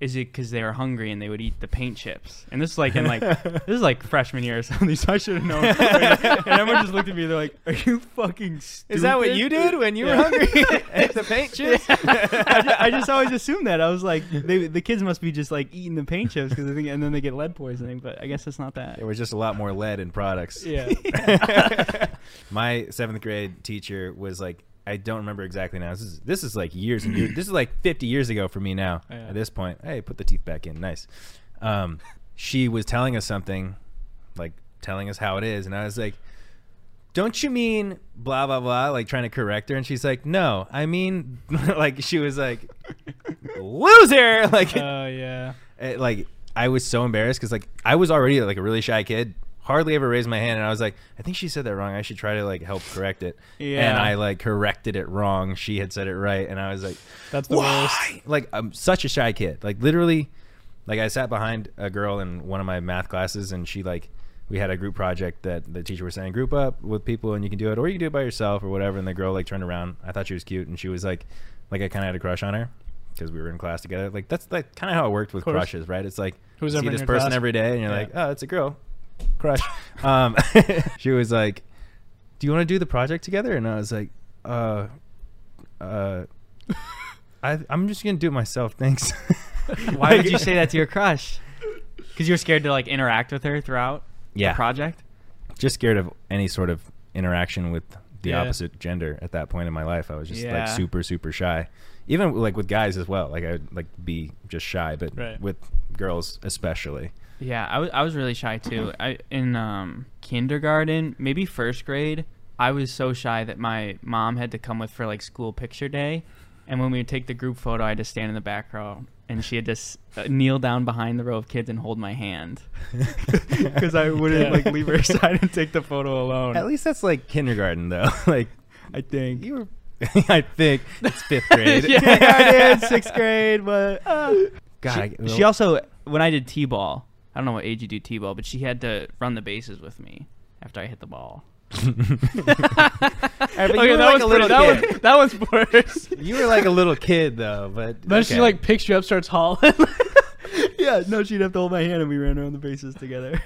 Speaker 4: "Is it because they were hungry and they would eat the paint chips?" And this is like
Speaker 1: <laughs>
Speaker 4: in like this is like freshman year or something, <laughs> so I should have known. and everyone just looked at me. They're like, "Are you fucking?" Stupid? <laughs>
Speaker 1: Is that what you did when you were hungry? <laughs> At the
Speaker 3: <laughs>
Speaker 1: paint chips?
Speaker 2: I, just, I just always assumed that. I was like, they, the kids must be just like eating the paint chips because I think, and then they get lead poisoning. But I guess it's not that.
Speaker 1: <laughs> There was just a lot more lead in products. <laughs>
Speaker 3: <laughs> Yeah.
Speaker 1: My seventh grade teacher was like, I don't remember exactly now. This is this is like years and years. This is like 50 years ago for me now.
Speaker 3: Yeah.
Speaker 1: At this point, hey, put the teeth back in. Nice. Um, she was telling us something, like telling us how it is, and I was like, "Don't you mean blah blah blah?" Like trying to correct her, and she's like, "No, I mean <laughs> like she was like loser." <laughs> Like
Speaker 3: Oh, yeah.
Speaker 1: it, Eh, like I was so embarrassed because like I was already like a really shy kid, hardly ever raised my hand, and I was like, I think she said that wrong. I should try to like help correct it.
Speaker 2: Yeah.
Speaker 1: And I like corrected it wrong. She had said it right, and I was like,
Speaker 3: That's the worst.
Speaker 1: "Why?" Like I'm such a shy kid. Like literally, like I sat behind a girl in one of my math classes, and she like. We had a group project that the teacher was saying, group up with people and you can do it, or you can do it by yourself or whatever. And the girl like turned around. I thought she was cute, and she was like, like I kind of had a crush on her because we were in class together. Like that's like kind of how it worked with
Speaker 3: course.
Speaker 1: crushes, right? It's like
Speaker 3: Who's
Speaker 1: you see
Speaker 3: ever in
Speaker 1: this
Speaker 3: your
Speaker 1: person
Speaker 3: class?
Speaker 1: every day, and you're
Speaker 3: Yeah.
Speaker 1: like, oh, it's a girl, crush. <laughs> um, she was like, "Do you want to do the project together?" And I was like, "Uh, uh, I, I'm just gonna do it myself, thanks." <laughs>
Speaker 4: Why would you say that to your crush? Because you're scared to like interact with her throughout
Speaker 1: Yeah,
Speaker 4: the project.
Speaker 1: just scared of any sort of interaction with the
Speaker 3: Yeah.
Speaker 1: opposite gender at that point in my life. I was just
Speaker 4: Yeah.
Speaker 1: like super super shy. Even like with guys as well. Like I would like be just shy, but
Speaker 3: Right.
Speaker 1: with girls especially.
Speaker 4: Yeah, I was I was really shy too. I in um kindergarten, maybe first grade, I was so shy that my mom had to come with for like school picture day, and when we would take the group photo, I had to stand in the back row, and she had to s- uh, kneel down behind the row of kids and hold my hand.
Speaker 2: Because I wouldn't
Speaker 3: Yeah.
Speaker 2: like leave her
Speaker 3: <laughs>
Speaker 2: aside and take the photo alone.
Speaker 1: At least that's like kindergarten though. <laughs> like
Speaker 2: I think.
Speaker 1: You were, <laughs> I think it's fifth grade.
Speaker 2: <laughs> yeah, I did sixth grade, but uh,
Speaker 1: God,
Speaker 4: she,
Speaker 1: I-
Speaker 4: she also when I did t-ball, I don't know what age you do t-ball, but she had to run the bases with me after I hit the ball.
Speaker 1: Alright, but
Speaker 3: Okay,
Speaker 1: you were
Speaker 3: that
Speaker 1: like
Speaker 3: one's
Speaker 1: a little
Speaker 3: pretty- that
Speaker 1: kid.
Speaker 3: That one's
Speaker 2: <laughs>
Speaker 3: worse.
Speaker 1: <laughs> You were like a little kid though, but
Speaker 3: Then she
Speaker 1: okay.
Speaker 3: like picks you up, starts hauling. <laughs>
Speaker 2: yeah, no, she'd have to hold my hand, and we ran around the bases together.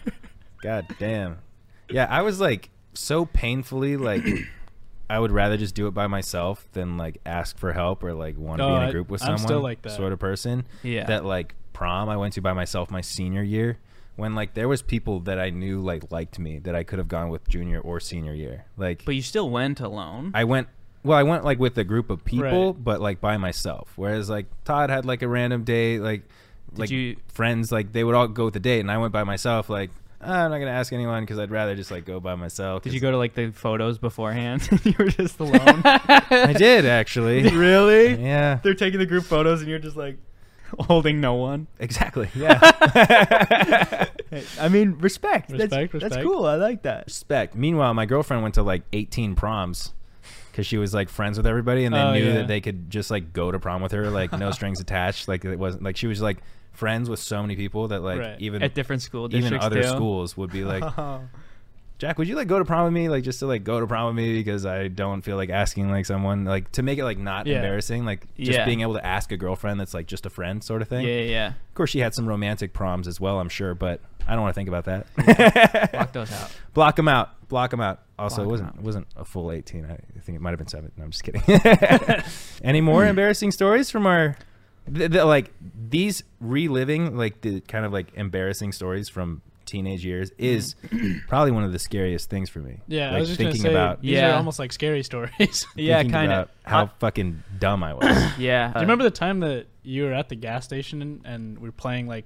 Speaker 1: God damn. Yeah, I was like so painfully like <clears throat> I would rather just do it by myself than like ask for help or like want to
Speaker 3: No,
Speaker 1: be in
Speaker 3: Oh, I-
Speaker 1: a group with
Speaker 3: I'm
Speaker 1: someone.
Speaker 3: still like that.
Speaker 1: sort of person.
Speaker 4: Yeah.
Speaker 1: That like prom I went to by myself my senior year when like there was people that I knew like liked me that I could have gone with junior or senior year. Like
Speaker 4: <laughs> But you still went alone.
Speaker 1: I went well, I went like with a group of people,
Speaker 3: Right.
Speaker 1: but like by myself. Whereas like Todd had like a random date, like like
Speaker 4: you-
Speaker 1: friends, like they would all go with the date, and I went by myself. Like "Ah, I'm not gonna ask anyone because I'd rather just like go by myself.
Speaker 4: Did you
Speaker 1: 'cause-
Speaker 4: go to like the photos beforehand?
Speaker 2: <laughs> you were just
Speaker 4: <laughs>
Speaker 2: alone.
Speaker 1: I did <laughs> actually.
Speaker 2: really?
Speaker 1: yeah,
Speaker 2: They're taking the
Speaker 4: <laughs>
Speaker 2: group photos, and you're just like holding no one.
Speaker 1: exactly. Yeah.
Speaker 2: Hey, I mean, respect.
Speaker 3: Respect,
Speaker 2: that's, That's
Speaker 3: respect.
Speaker 2: cool. I like that.
Speaker 1: Respect. Meanwhile, my girlfriend went to like 18 proms because she was like friends with everybody, and they
Speaker 3: Oh,
Speaker 1: knew
Speaker 3: yeah.
Speaker 1: that they could just like go to prom with her, like no strings attached. Like it wasn't like she was like friends with so many people that like
Speaker 3: Right.
Speaker 1: even
Speaker 4: at different school
Speaker 1: even
Speaker 4: districts.
Speaker 1: other
Speaker 4: too.
Speaker 1: schools would be
Speaker 4: <laughs>
Speaker 1: like, Jack, would you like go to prom with me? Like just to like go to prom with me because I don't feel like asking like someone like to make it like not
Speaker 3: Yeah.
Speaker 1: embarrassing, like just
Speaker 4: Yeah.
Speaker 1: being able to ask a girlfriend that's like just a friend sort of
Speaker 4: Yeah,
Speaker 1: thing. <laughs>
Speaker 4: yeah,
Speaker 1: Of course, she had some romantic proms as well, I'm sure, but I don't want to think about that. <laughs>
Speaker 4: <laughs> yeah. Block those out.
Speaker 1: Block them out. Block them out. Also,
Speaker 4: Block 'em
Speaker 1: it wasn't
Speaker 4: out.
Speaker 1: it wasn't a full 18. I think it might have been seven. No, I'm just kidding. <laughs> Any
Speaker 4: <laughs>
Speaker 1: more embarrassing stories from our th- th- like these reliving like the kind of like embarrassing stories from teenage years
Speaker 4: <clears throat>
Speaker 1: is probably one of the scariest things for me.
Speaker 3: Yeah,
Speaker 1: like
Speaker 3: I was just
Speaker 1: thinking
Speaker 3: gonna say,
Speaker 1: about
Speaker 3: these are
Speaker 4: Yeah.
Speaker 3: almost like scary stories.
Speaker 4: Yeah,
Speaker 1: thinking
Speaker 4: kind of.
Speaker 1: about how fucking dumb I was.
Speaker 4: Yeah.
Speaker 3: Do you remember the time that you were at the gas station and, and we were playing like,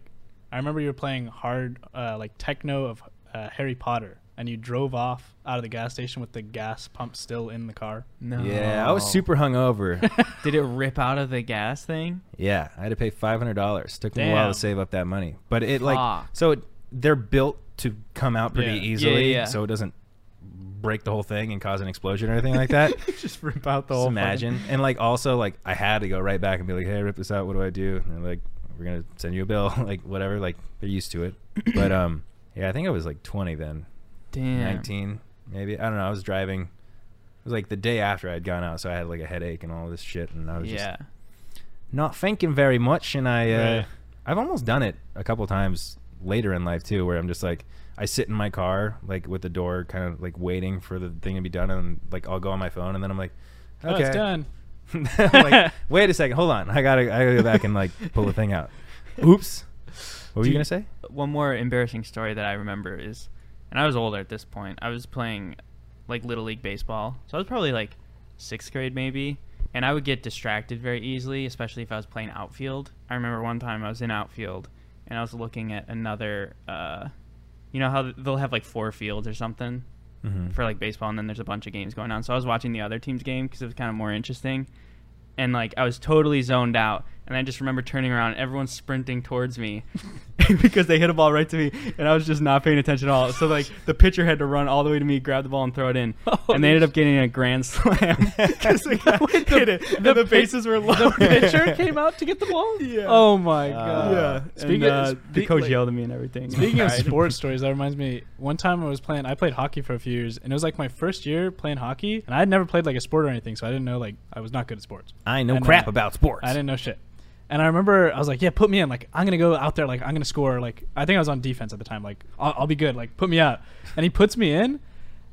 Speaker 3: I remember you were playing hard uh, like techno of uh, Harry Potter, and you drove off out of the gas station with the gas pump still in the car.
Speaker 4: <coughs>
Speaker 3: <laughs>
Speaker 4: No.
Speaker 1: Yeah, I was super
Speaker 4: <laughs>
Speaker 1: hungover.
Speaker 4: Did it rip out of the gas thing?
Speaker 1: Yeah, I had to pay five hundred dollars. Took me a while
Speaker 3: Damn.
Speaker 1: to save up that money, but it like
Speaker 4: Fuck.
Speaker 1: so it, they're built to come out pretty
Speaker 3: Yeah. Yeah,
Speaker 1: easily,
Speaker 4: yeah.
Speaker 1: so it doesn't break the whole thing and cause an explosion or anything like that.
Speaker 5: Just rip out the
Speaker 1: Just
Speaker 5: whole.
Speaker 1: imagine, and like also like I had to go right back and be like, hey, rip this out. What do I do? And they're like, we're gonna send you a bill, <laughs> like whatever. Like they're used to it, but um, yeah, I think I was like twenty then,
Speaker 4: Damn.
Speaker 1: 19 maybe i don't know i was driving it was like the day after i'd gone out so i had like a headache and all this shit and i was
Speaker 4: Yeah.
Speaker 1: just not thinking very much and i uh,
Speaker 3: Right.
Speaker 1: i've almost done it a couple times later in life too where i'm just like i sit in my car like with the door kind of like waiting for the thing to be done and like i'll go on my phone and then i'm like
Speaker 3: Oh,
Speaker 1: okay
Speaker 3: it's done.
Speaker 1: <laughs> I'm like, wait a second hold on i gotta i gotta go back and like pull the thing
Speaker 3: <laughs>
Speaker 1: out oops what were
Speaker 4: Do
Speaker 1: you
Speaker 4: you-
Speaker 1: gonna say
Speaker 4: One more embarrassing story that I remember is, and I was older at this point. I was playing, like little league baseball, so I was probably like sixth grade maybe, and I would get distracted very easily, especially if I was playing outfield. I remember one time I was in outfield, and I was looking at another. Uh, you know how they'll have like four fields or something
Speaker 1: Mhm.
Speaker 4: for like baseball, and then there's a bunch of games going on. So I was watching the other team's game because it was kind of more interesting, and like I was totally zoned out. And I just remember turning around, and everyone's sprinting towards me,
Speaker 3: <laughs>
Speaker 4: <laughs>
Speaker 2: because they hit a ball right to me, and I was just not paying attention at all. So like the pitcher had to run all the way to me, grab the ball, and throw it
Speaker 3: <laughs>
Speaker 2: in,
Speaker 3: Oh,
Speaker 2: and they ended up getting a grand
Speaker 4: <laughs>
Speaker 2: slam because the guy hit it, and the,
Speaker 3: the pit-
Speaker 2: bases were low.
Speaker 3: Pitcher
Speaker 4: <laughs>
Speaker 3: came out to get the ball.
Speaker 2: Yeah.
Speaker 3: Oh my god.
Speaker 2: yeah.
Speaker 3: Speaking
Speaker 2: Speaking
Speaker 3: of-
Speaker 2: and, uh, the
Speaker 3: speak-
Speaker 2: coach
Speaker 3: like-
Speaker 2: yelled at me and
Speaker 3: <laughs>
Speaker 2: everything.
Speaker 3: Speaking of
Speaker 2: Right.
Speaker 3: sports stories, that reminds me. One time I was playing. I played hockey for a few years, and it was like my first year playing hockey, and I had never played like a sport or anything, so I didn't know like I was not good at sports.
Speaker 1: i know
Speaker 3: And, uh,
Speaker 1: crap about sports
Speaker 3: I didn't know shit. And I remember I was like, yeah, put me in. Like, I'm gonna go out there. Like, I'm gonna score. Like, I think I was on defense at the time. Like, I'll, I'll be good. Like, put me out. And he puts me in.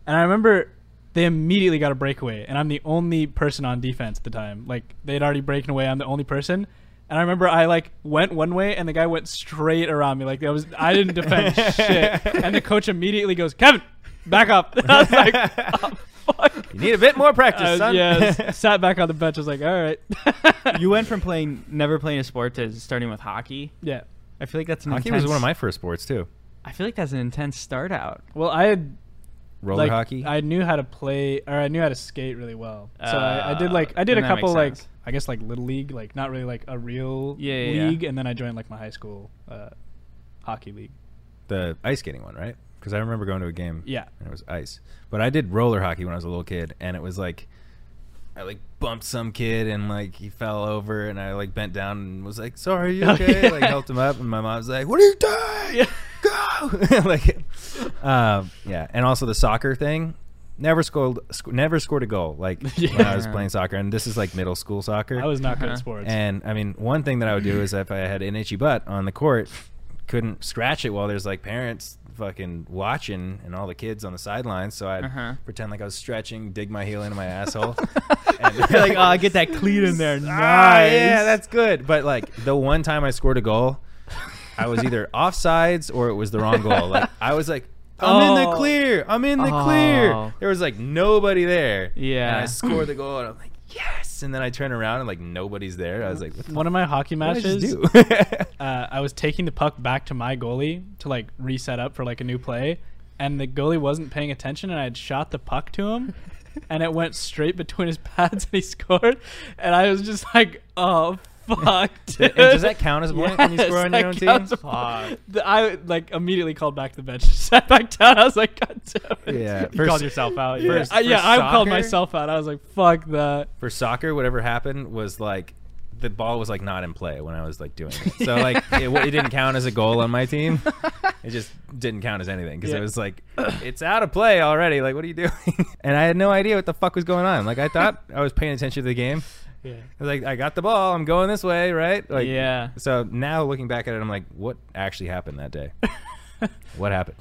Speaker 3: And I remember they immediately got a breakaway, and I'm the only person on defense at the time. Like, they'd already broken away. I'm the only person. And I remember I like went one way, and the guy went straight around me. Like, that was I didn't defend shit. And the coach immediately goes, Kevin, back up. <laughs> I was like, oh, fuck.
Speaker 1: you need a <laughs> bit more practice
Speaker 3: I was-
Speaker 1: son
Speaker 3: yeah, I sat back on the bench. I was like, all right, <laughs>
Speaker 4: you went from playing never playing a sport to starting with hockey.
Speaker 3: yeah.
Speaker 4: I feel like that's an
Speaker 1: hockey
Speaker 4: intense,
Speaker 1: was one of my first sports too
Speaker 4: I feel like that's an intense start out.
Speaker 3: Well, I had
Speaker 1: roller
Speaker 3: like,
Speaker 1: hockey
Speaker 3: I knew how to play, or I knew how to skate really well. So I, I did like
Speaker 4: Uh,
Speaker 3: I
Speaker 1: Ah,
Speaker 3: did a
Speaker 4: then that makes
Speaker 3: couple like
Speaker 4: sense.
Speaker 3: I guess like little league, like not really like a real
Speaker 4: Yeah, yeah, yeah.
Speaker 3: league, and then I joined like my high school uh, hockey league.
Speaker 1: the ice skating one, right? Because I remember going to a game.
Speaker 3: Yeah.
Speaker 1: And it was ice. But I did roller hockey when I was a little kid, and it was like I like bumped some kid and like he fell over and I like bent down and was like, Sorry, you
Speaker 3: <laughs> Oh,
Speaker 1: okay?
Speaker 3: yeah.
Speaker 1: Like helped him up and my mom's like, What are you doing? Go <laughs> like um, yeah. And also the soccer thing. Never scored sc- never scored a goal like when I was
Speaker 4: Yeah.
Speaker 1: playing soccer and this is like middle school soccer.
Speaker 3: I was not good at
Speaker 4: Uh-huh.
Speaker 3: sports.
Speaker 1: And I mean, one thing that I would do is if I had an itchy butt on the court, couldn't scratch it while there's like parents fucking watching and all the kids on the sidelines. So I'd
Speaker 4: Uh-huh.
Speaker 1: pretend like I was stretching, dig my heel into my <laughs>
Speaker 4: <laughs>
Speaker 1: asshole.
Speaker 4: You're like, oh, get that cleat in
Speaker 2: <laughs>
Speaker 4: there.
Speaker 1: <laughs> Ah,
Speaker 4: Nice.
Speaker 1: yeah, that's good. But like the one time I scored a goal, I was
Speaker 4: <laughs>
Speaker 1: either
Speaker 2: <laughs>
Speaker 1: offsides or it was the wrong goal. Like I was like, I'm in the
Speaker 4: Oh.
Speaker 1: clear. I'm in the
Speaker 4: Oh.
Speaker 1: clear. There was like nobody there. And I
Speaker 4: Yeah.
Speaker 1: scored the goal and I'm like, yes. And then I turn around and like nobody's there. I was like, what the
Speaker 3: one of my hockey
Speaker 1: what did I
Speaker 3: matches,
Speaker 1: just do?
Speaker 3: <laughs>
Speaker 1: <laughs>
Speaker 3: uh, I was taking the puck back to my goalie to like reset up for like a new play, and the goalie wasn't paying attention, and I had shot the puck to
Speaker 1: <laughs>
Speaker 3: him, <laughs>
Speaker 1: <laughs>
Speaker 3: and it went straight between his pads, and he scored, and I was just like, oh fuck, dude.
Speaker 1: And does that count as a point when you
Speaker 3: Yes,
Speaker 1: score on
Speaker 3: that
Speaker 1: your own team?
Speaker 3: counts a point. The- I like immediately called back to the bench, <laughs> sat back down. I was like, God damn
Speaker 1: <laughs>
Speaker 3: it.
Speaker 1: Yeah. Uh,
Speaker 2: You
Speaker 1: For
Speaker 2: called
Speaker 1: s-
Speaker 2: yourself out.
Speaker 3: Yeah,
Speaker 2: Yeah.
Speaker 1: <laughs> First-
Speaker 3: I, yeah,
Speaker 1: for
Speaker 3: I called
Speaker 1: soccer?
Speaker 3: myself out. I was like, fuck that.
Speaker 1: for soccer, whatever happened was like the ball was like not in play when I was like doing it. So like it, it didn't count as a goal on my team. <laughs> It just didn't count as anything because
Speaker 3: Yeah.
Speaker 1: it was like <clears throat> it's out of play already. Like what are you doing? <laughs> And I had no idea what the fuck was going on. Like I thought I was paying attention to the game.
Speaker 3: Yeah.
Speaker 1: I was like I got the ball. I'm going this way, right? Like
Speaker 3: yeah.
Speaker 1: So now looking back at it, I'm like, what actually happened that
Speaker 4: <laughs>
Speaker 1: day? what happened?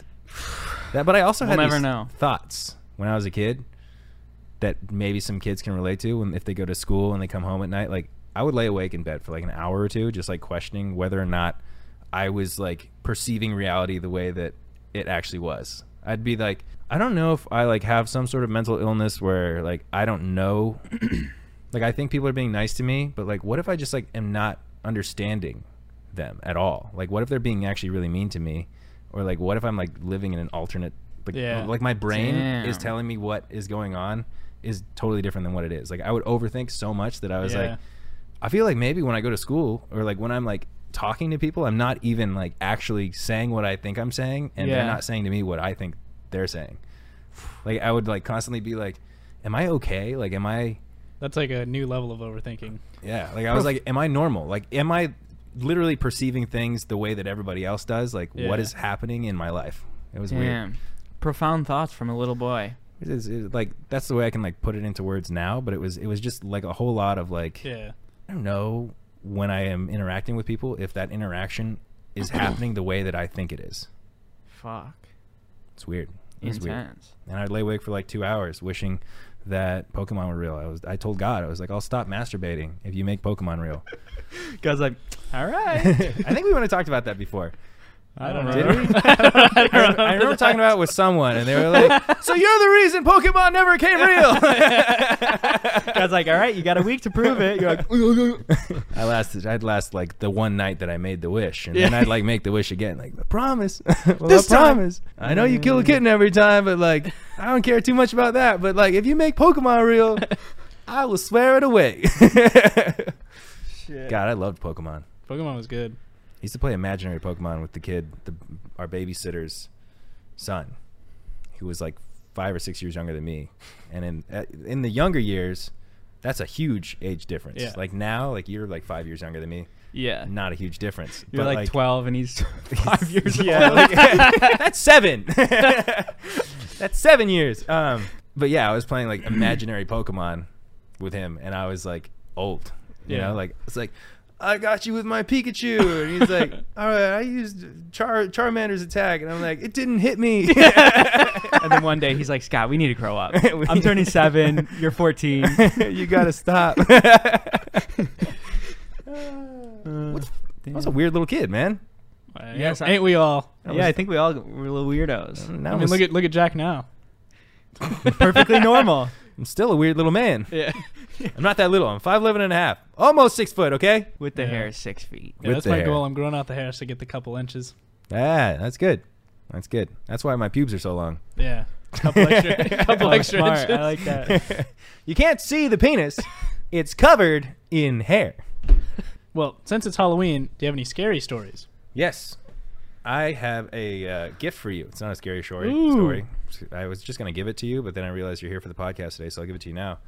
Speaker 1: That, but I also
Speaker 4: We'll
Speaker 1: had
Speaker 4: never
Speaker 1: these
Speaker 4: know.
Speaker 1: thoughts when I was a kid that maybe some kids can relate to when if they go to school and they come home at night. Like I would lay awake in bed for like an hour or two, just like questioning whether or not I was like perceiving reality the way that it actually was. I'd be like, I don't know if I like have some sort of mental illness where like I don't know like I think people are being nice to me, but like what if I just like am not understanding them at all? Like what if they're being actually really mean to me? Or like what if I'm like living in an alternate like
Speaker 3: Yeah.
Speaker 1: like my brain is
Speaker 4: Damn.
Speaker 1: telling me what is going on is totally different than what it is. Like I would overthink so much that I was
Speaker 3: Yeah.
Speaker 1: like I feel like maybe when I go to school or like when I'm like talking to people, I'm not even like actually saying what I think I'm saying and they're
Speaker 3: Yeah.
Speaker 1: not saying to me what I think they're saying. Like I would like constantly be like am I okay? Like am I
Speaker 3: That's like a new level of overthinking.
Speaker 1: yeah, like I was like, am I normal? Like, am I literally perceiving things the way that everybody else does? Like, what
Speaker 3: Yeah.
Speaker 1: is happening in my life? It was weird.
Speaker 4: Damn. Profound thoughts from a little boy.
Speaker 1: It is- it- like that's the way I can like put it into words now, but it was it was just like a whole lot of like
Speaker 3: Yeah.
Speaker 1: I don't know when I am interacting with people if that interaction is happening the way that I think it is.
Speaker 4: Fuck.
Speaker 1: It's weird. It's weird.
Speaker 4: Intense.
Speaker 1: And I'd lay awake for like two hours wishing that Pokemon were real. I was I told God I was like I'll stop masturbating if you make Pokemon real.
Speaker 2: Guys, like, all
Speaker 1: <laughs> I
Speaker 2: right.
Speaker 1: think we might have talked about that before.
Speaker 3: I don't
Speaker 1: Did
Speaker 3: remember.
Speaker 2: <laughs>
Speaker 3: <laughs>
Speaker 1: we? I remember talking about it with someone, and they were
Speaker 3: <laughs>
Speaker 1: like, "So you're the reason Pokemon never came real."
Speaker 2: <laughs> Guys, like, all right. You got a week to prove it. You're like,
Speaker 1: I lasted. I'd last like the one night that I made the wish, and then I'd like make the wish again, like I
Speaker 3: <laughs>
Speaker 1: promise. well,
Speaker 2: This
Speaker 1: I
Speaker 2: time.
Speaker 1: promise. I know you kill a kitten every time, but like I don't care too much about that. But like if you make Pokemon
Speaker 3: <laughs>
Speaker 1: real, I will swear it away. <laughs> God, I loved Pokemon.
Speaker 3: Pokemon was good.
Speaker 1: I used to play imaginary Pokemon with the kid, the, our babysitter's son, who was like five or six years younger than me. And in uh, in the younger years, that's a huge age difference.
Speaker 3: Yeah.
Speaker 1: Like now, like you're like five years younger than me.
Speaker 4: Yeah.
Speaker 1: Not a huge difference.
Speaker 2: Uh. you're
Speaker 1: But,
Speaker 2: like,
Speaker 1: <laughs>
Speaker 2: 12, and he's <laughs> five years old.
Speaker 1: yeah, like, <laughs>
Speaker 2: <laughs>
Speaker 1: that's seven. <laughs> that's seven years. Um, but yeah, I was playing like imaginary Pokemon with him, and I was like old. You
Speaker 3: Yeah.
Speaker 1: know, like it's like I got you with my Pikachu, and he's like, "All right, I used Char Charmander's attack," and I'm like, "It didn't hit me."
Speaker 2: and then one day he's like, Scott, <laughs> we need to grow up. I'm turning <laughs> seven. You're 14. <laughs>
Speaker 1: you gotta <laughs> stop.
Speaker 5: uh,
Speaker 1: I was a weird little kid, man.
Speaker 3: Uh,
Speaker 4: Yes, I-
Speaker 3: ain't we all?
Speaker 1: I
Speaker 2: yeah, I
Speaker 1: was-
Speaker 2: think we all were little weirdos.
Speaker 1: And that
Speaker 3: I mean,
Speaker 1: was-
Speaker 3: look at look at
Speaker 1: <laughs>
Speaker 3: Jack now. <laughs>
Speaker 2: Perfectly normal.
Speaker 1: I'm still a weird little man.
Speaker 3: Yeah,
Speaker 1: I'm not that little. I'm 5'11 and a half. Almost six foot, okay?
Speaker 4: With the
Speaker 3: Yeah.
Speaker 4: hair six feet.
Speaker 1: With
Speaker 3: that's
Speaker 1: the
Speaker 3: my
Speaker 1: hair.
Speaker 3: goal. I'm growing out the hair to get the couple inches.
Speaker 1: Ah, that's good. That's good. That's why my pubes are so long. <laughs>
Speaker 3: Yeah, couple <laughs> extra, couple
Speaker 2: Oh,
Speaker 3: extra
Speaker 2: smart.
Speaker 3: inches.
Speaker 2: I like that.
Speaker 1: you can't see the penis. It's covered in hair.
Speaker 3: <laughs> Well, since it's Halloween, do you have any scary stories?
Speaker 1: Yes. I have a uh, gift for you. It's not a scary story.
Speaker 3: Ooh.
Speaker 1: story. I was just going to give it to you, but then I realized you're here for the podcast today, so I'll give it to you now.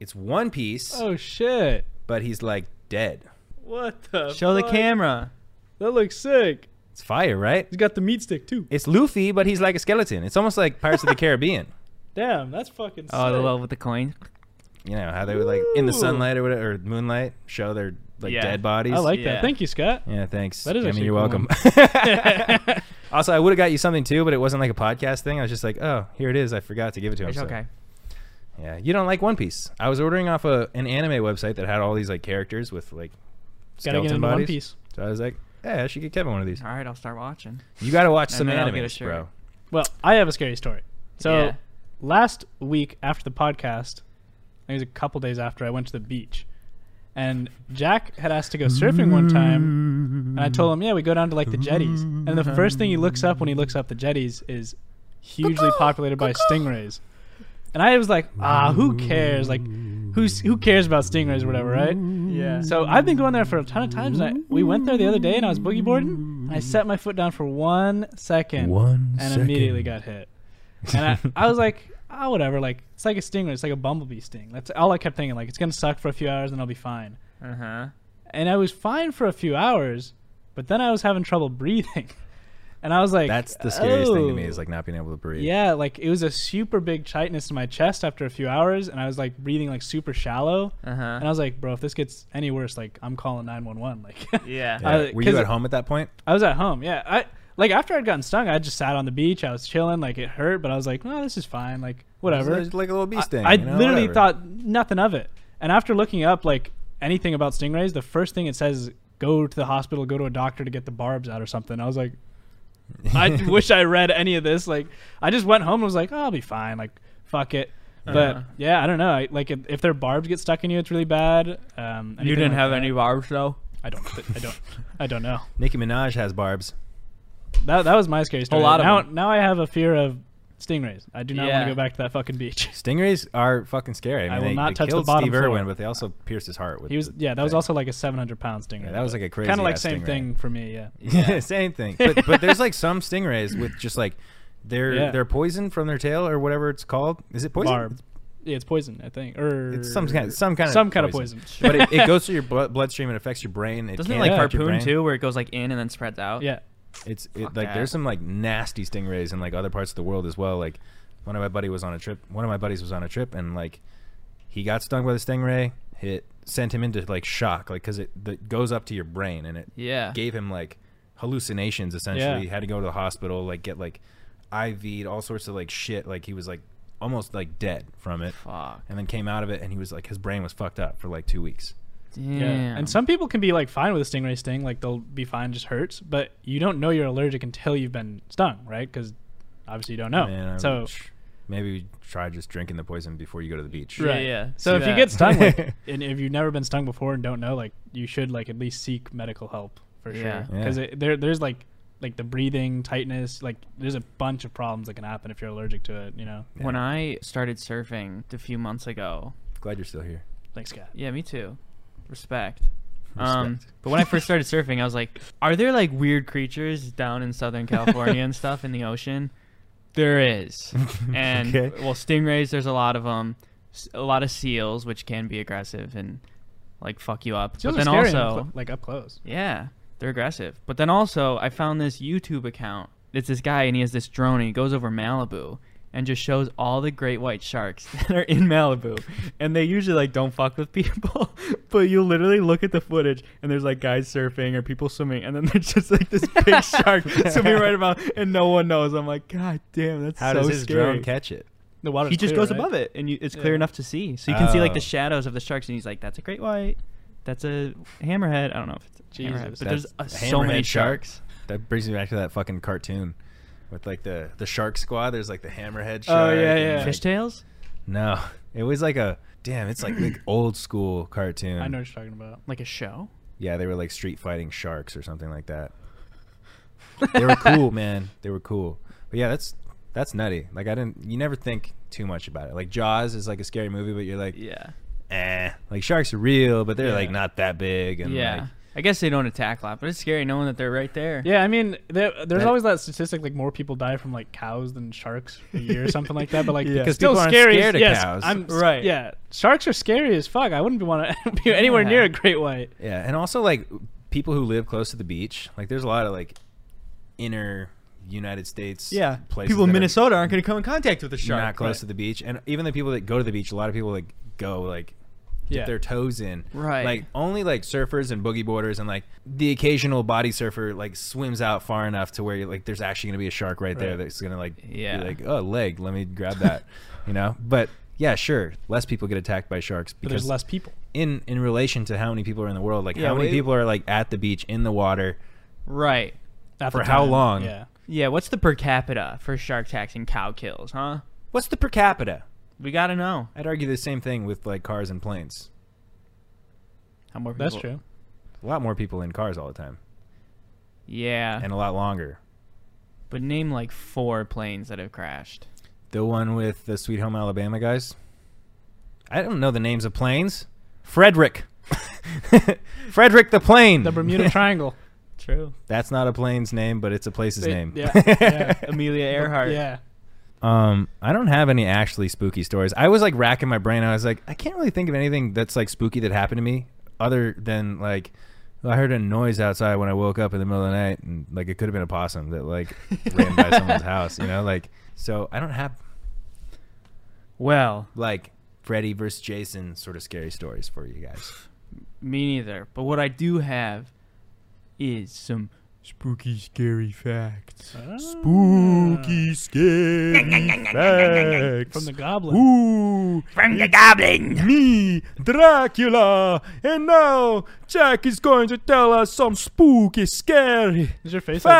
Speaker 1: It's One Piece,
Speaker 3: Oh shit!
Speaker 1: but he's like dead.
Speaker 3: What the?
Speaker 2: Show the camera.
Speaker 3: That looks sick.
Speaker 1: It's fire, right?
Speaker 3: He's got the meat stick too.
Speaker 1: It's Luffy, but he's like a skeleton. It's almost like Pirates <laughs> of the Caribbean.
Speaker 3: Damn, that's fucking.
Speaker 4: Oh, the love with the coin.
Speaker 1: You know how they would like in the
Speaker 3: Ooh.
Speaker 1: sunlight or whatever, or moonlight, show their like
Speaker 4: Yeah.
Speaker 1: dead bodies.
Speaker 3: I like
Speaker 4: Yeah.
Speaker 3: that. Thank you, Scott. <laughs>
Speaker 1: Yeah, <laughs> thanks.
Speaker 3: That is
Speaker 1: I mean,
Speaker 3: actually
Speaker 1: you're
Speaker 3: a
Speaker 1: welcome.
Speaker 3: <laughs>
Speaker 1: also, I would have got you something too, but it wasn't like a podcast thing. I was just like, oh, here it is. I forgot to give it to him.
Speaker 4: It's
Speaker 1: so-
Speaker 4: okay.
Speaker 1: Yeah, you don't like One Piece. I was ordering off a an anime website that had all these like characters with like
Speaker 3: Gotta
Speaker 1: skeleton
Speaker 3: get into
Speaker 1: bodies.
Speaker 3: One Piece.
Speaker 1: So I was like, yeah, I should get Kevin one of these.
Speaker 4: All right, I'll start watching.
Speaker 1: You got to watch
Speaker 4: And
Speaker 1: some
Speaker 4: then I'll get a
Speaker 1: anime,
Speaker 4: shirt.
Speaker 1: bro.
Speaker 3: Well, I have a scary story. So
Speaker 4: Yeah.
Speaker 3: last week after the podcast, I think it was a couple days after I went to the beach, and Jack had asked to go surfing one time, and I told him, "Yeah, we go down to like the jetties." And the first thing he looks up when he looks up the jetties is hugely populated by stingrays, and I was like, "Ah, who cares? Like, who's who cares about stingrays or whatever, right?
Speaker 2: Yeah.
Speaker 3: So I've been going there for a ton of times. And I, we went there the other day, and I was boogie boarding. And I set my foot down for one second,
Speaker 1: One
Speaker 3: and
Speaker 1: second.
Speaker 3: immediately got hit. And I, I was like, oh, whatever. Like it's like a stingray. It's like a bumblebee sting. That's all I kept thinking. Like it's gonna suck for a few hours, and I'll be fine.
Speaker 4: Uh huh.
Speaker 3: And I was fine for a few hours, but then I was having trouble breathing. <laughs> And I was like,
Speaker 1: That's the scariest thing to me
Speaker 3: "Oh."
Speaker 1: is like not being able to breathe.
Speaker 3: Yeah, like it was a super big tightness in my chest after a few hours, and I was like breathing like super shallow.
Speaker 1: Uh-huh.
Speaker 4: Uh
Speaker 3: And
Speaker 4: huh.
Speaker 3: I was like, bro, if this gets any worse, like I'm calling 911. <laughs> Like,
Speaker 4: Yeah.
Speaker 1: Yeah.
Speaker 3: Uh,
Speaker 1: Were
Speaker 3: 'cause-
Speaker 1: you at home at that point?
Speaker 3: I was at home. Yeah. I like after I'd gotten stung, I just sat on the beach. I was chilling. Like it hurt, but I was like, no, this is fine. Like whatever.
Speaker 1: It's like a little bee sting.
Speaker 3: I, I
Speaker 1: you know,
Speaker 3: literally
Speaker 1: whatever.
Speaker 3: thought nothing of it. And after looking up like anything about stingrays, the first thing it says is go to the hospital, go to a doctor to get the barbs out or something. I was like,
Speaker 4: <laughs>
Speaker 3: I wish I read any of this. Like I just went home and was like, oh, I'll be fine. Like fuck it. But
Speaker 4: Uh-huh.
Speaker 3: yeah, I don't know. I, like if, if their barbs get stuck in you, it's really bad. Um, anything
Speaker 4: You didn't
Speaker 3: like
Speaker 4: have
Speaker 3: that.
Speaker 4: any barbs though.
Speaker 3: I don't. I don't. I don't know.
Speaker 1: Nicki Minaj has barbs.
Speaker 3: That that was my scary story.
Speaker 4: lot of
Speaker 3: now,
Speaker 4: them.
Speaker 3: now I have a fear of stingrays. I do not want
Speaker 4: Yeah.
Speaker 3: to go back to that fucking beach.
Speaker 1: Stingrays are fucking scary. I, mean,
Speaker 3: I will
Speaker 1: they,
Speaker 3: not
Speaker 1: they
Speaker 3: touch the
Speaker 1: killed
Speaker 3: bottom
Speaker 1: Steve
Speaker 3: floor.
Speaker 1: Irwin, but they also pierced his heart. With
Speaker 3: He was
Speaker 1: the
Speaker 3: yeah. That was
Speaker 1: thing.
Speaker 3: also like a 700 pound stingray.
Speaker 1: Yeah, that was like a crazy.
Speaker 3: kind of like
Speaker 1: ass
Speaker 3: same
Speaker 1: stingray.
Speaker 3: thing for me. Yeah.
Speaker 1: Yeah, <laughs> same
Speaker 4: <laughs>
Speaker 1: thing. But but there's like some stingrays with just like their
Speaker 3: Yeah.
Speaker 1: their poison from their tail or whatever it's called. Is it poison?
Speaker 3: Barb. Yeah, it's poison. I think or
Speaker 1: It's some kind some kind
Speaker 3: some
Speaker 1: of
Speaker 3: kind
Speaker 1: poison.
Speaker 3: of poison.
Speaker 1: but it,
Speaker 4: <laughs>
Speaker 1: it goes through your blood, bloodstream and affects your brain. It
Speaker 4: Doesn't it
Speaker 1: can
Speaker 4: like
Speaker 3: Yeah.
Speaker 1: affect your
Speaker 4: harpoon
Speaker 1: brain.
Speaker 4: too, where it goes like in and then spreads out?
Speaker 3: <laughs> yeah.
Speaker 1: It's it, like
Speaker 4: Fuck that.
Speaker 1: there's some like nasty stingrays in like other parts of the world as well. Like one of my buddy was on a trip. One of my buddies was on a trip and like he got stung by the stingray. It sent him into like shock, like because it the, goes up to your brain and it
Speaker 4: Yeah.
Speaker 1: gave him like hallucinations essentially.
Speaker 3: Yeah.
Speaker 1: He had to go to the hospital, like get like IV'd, all sorts of like shit. Like he was like almost like dead from it.
Speaker 4: Fuck.
Speaker 1: And then came out of it and he was like his brain was fucked up for like two weeks.
Speaker 4: Damn.
Speaker 3: Yeah. And some people can be like fine with a stingray sting, like they'll be fine, just hurts. But you don't know you're allergic until you've been stung, right? Because obviously you don't know.
Speaker 1: Man, I
Speaker 3: so
Speaker 1: would- maybe we try just drinking the poison before you go to the beach.
Speaker 4: Right. Yeah, yeah.
Speaker 3: So
Speaker 4: See
Speaker 3: if you
Speaker 4: that. <laughs>
Speaker 3: get stung, like, and if you've never been stung before and don't know, like, you should like at least seek medical help for
Speaker 4: Yeah.
Speaker 3: sure.
Speaker 1: Yeah.
Speaker 3: Because there, there's like, like the breathing tightness, like there's a bunch of problems that can happen if you're allergic to it. You know.
Speaker 4: When I started surfing a few months ago,
Speaker 1: Glad you're still here.
Speaker 3: Thanks, Scott.
Speaker 4: yeah, me too. Respect.
Speaker 1: <laughs>
Speaker 4: Um,
Speaker 1: Respect.
Speaker 4: but when I first started surfing, I was like, "Are there like weird creatures down in Southern California and stuff in the ocean?" There is, and
Speaker 1: Okay.
Speaker 4: well, stingrays. There's a lot of them, a lot of seals, which can be aggressive and like fuck you up.
Speaker 3: Seals
Speaker 4: but
Speaker 3: are
Speaker 4: then
Speaker 3: scary and
Speaker 4: also,
Speaker 3: cl- like up close.
Speaker 4: Yeah, they're aggressive. But then also, I found this YouTube account. It's this guy, and he has this drone, and he goes over Malibu and just shows all the great white sharks <laughs> that are in Malibu. And they usually like don't fuck with <laughs> people, but you literally look at the footage, and there's like guys surfing or people swimming, and then there's <laughs> just like this big
Speaker 1: <laughs>
Speaker 4: shark swimming right around, and no one knows. I'm like, God damn, that's
Speaker 1: How
Speaker 4: so
Speaker 1: does his
Speaker 4: scary.
Speaker 1: drone catch it?
Speaker 3: The water.
Speaker 4: He just goes above it, and you, it's clear
Speaker 3: Yeah.
Speaker 4: enough to see, so you can see like
Speaker 1: Oh.
Speaker 4: the shadows of the sharks. And he's like, "That's a great white, that's a hammerhead." I don't know if it's a hammerhead,
Speaker 3: Jesus.
Speaker 4: but there's uh,
Speaker 1: That's
Speaker 4: so many
Speaker 1: hammerhead sharks.
Speaker 4: sharks.
Speaker 1: That brings me back to that fucking cartoon with like the the shark squad. There's like the hammerhead
Speaker 3: Oh,
Speaker 1: shark.
Speaker 3: yeah,
Speaker 1: and,
Speaker 3: yeah.
Speaker 1: like-
Speaker 4: Fishtails?
Speaker 1: No, it was like a damn. It's like like old school cartoon.
Speaker 3: I know what you're talking about.
Speaker 4: Like a show?
Speaker 1: Yeah, they were like street fighting sharks or something like that. They were
Speaker 4: <laughs>
Speaker 1: cool, <laughs> man. They were cool. But yeah, that's that's nutty. Like I didn't. You never think too much about it. Like Jaws is like a scary movie, but you're like,
Speaker 4: Yeah.
Speaker 1: eh. Like sharks are real, but they're
Speaker 3: Yeah.
Speaker 1: like not that big. And
Speaker 4: yeah.
Speaker 1: like,
Speaker 4: I guess they don't attack a lot, but it's scary knowing that they're right there.
Speaker 3: Yeah, I mean, there, there's
Speaker 1: That-
Speaker 3: always that statistic like more people die from like cows than sharks a year or something like that. But like,
Speaker 4: Yeah.
Speaker 1: Because
Speaker 3: still
Speaker 1: people aren't
Speaker 3: scary. as-
Speaker 1: scared of
Speaker 3: yes,
Speaker 1: cows.
Speaker 3: I'm s-
Speaker 4: Right.
Speaker 3: Yeah, sharks are scary as fuck. I wouldn't want to <laughs> be anywhere
Speaker 4: Yeah.
Speaker 3: near a great white.
Speaker 1: Yeah, and also like people who live close to the beach, like there's a lot of like inner United States. places that are
Speaker 4: aren't going to come in contact with a
Speaker 1: not close to the beach, and even the people that go to the beach, a lot of people like go like dip
Speaker 3: Yeah.
Speaker 1: their toes in.
Speaker 4: Right.
Speaker 1: Like only like surfers and boogie boarders and like the occasional body surfer like swims out far enough to where like there's actually gonna be a shark right, there
Speaker 3: Right.
Speaker 1: that's gonna like
Speaker 4: Yeah.
Speaker 1: be like oh leg let me grab
Speaker 4: <laughs>
Speaker 1: that you know but yeah sure less people get attacked by sharks
Speaker 3: But
Speaker 1: because
Speaker 3: there's less people.
Speaker 1: in in relation to how many people are in the world like
Speaker 4: Yeah,
Speaker 1: how many
Speaker 4: wait-
Speaker 1: people are like at the beach in the water
Speaker 4: Right.
Speaker 3: At
Speaker 1: For
Speaker 3: the
Speaker 1: how
Speaker 3: time,
Speaker 1: long?
Speaker 3: Yeah.
Speaker 4: Yeah, what's the per capita for shark attacks and cow kills, huh?
Speaker 1: what's the per capita
Speaker 4: We got to know.
Speaker 1: i'd argue the same thing with like cars and planes
Speaker 4: How more
Speaker 3: That's
Speaker 4: people-
Speaker 3: true.
Speaker 1: a lot more people in cars all the time
Speaker 4: Yeah.
Speaker 1: and a lot longer
Speaker 4: but name like four planes that have crashed.
Speaker 1: the one with the sweet home alabama guys I don't know the names of planes. Frederick. <laughs> Frederick the plane. <laughs>
Speaker 3: The Bermuda Triangle.
Speaker 4: True.
Speaker 1: That's not a plane's name, but it's a place's
Speaker 3: They-
Speaker 1: name.
Speaker 3: Yeah. yeah.
Speaker 4: <laughs> Amelia Earhart.
Speaker 3: Yeah.
Speaker 1: <laughs> Um, I don't have any actually spooky stories. I was like racking my brain. I was like, I can't really think of anything that's like spooky that happened to me, other than like I heard a noise outside when I woke up in the middle of the night, and like it could have been a possum that like ran by
Speaker 3: <laughs>
Speaker 1: someone's house. You know, like so I don't have
Speaker 4: Well,
Speaker 1: like Freddy versus Jason sort of scary stories for you guys.
Speaker 4: me neither. But what I do have is some
Speaker 5: Spooky, scary facts.
Speaker 3: Ah. <laughs>
Speaker 5: Spooky, scary facts.
Speaker 3: From the Goblin.
Speaker 5: Ooh,
Speaker 4: from the goblin.
Speaker 5: me, Dracula, and now Jack is going to tell us some spooky, scary
Speaker 3: Is your face like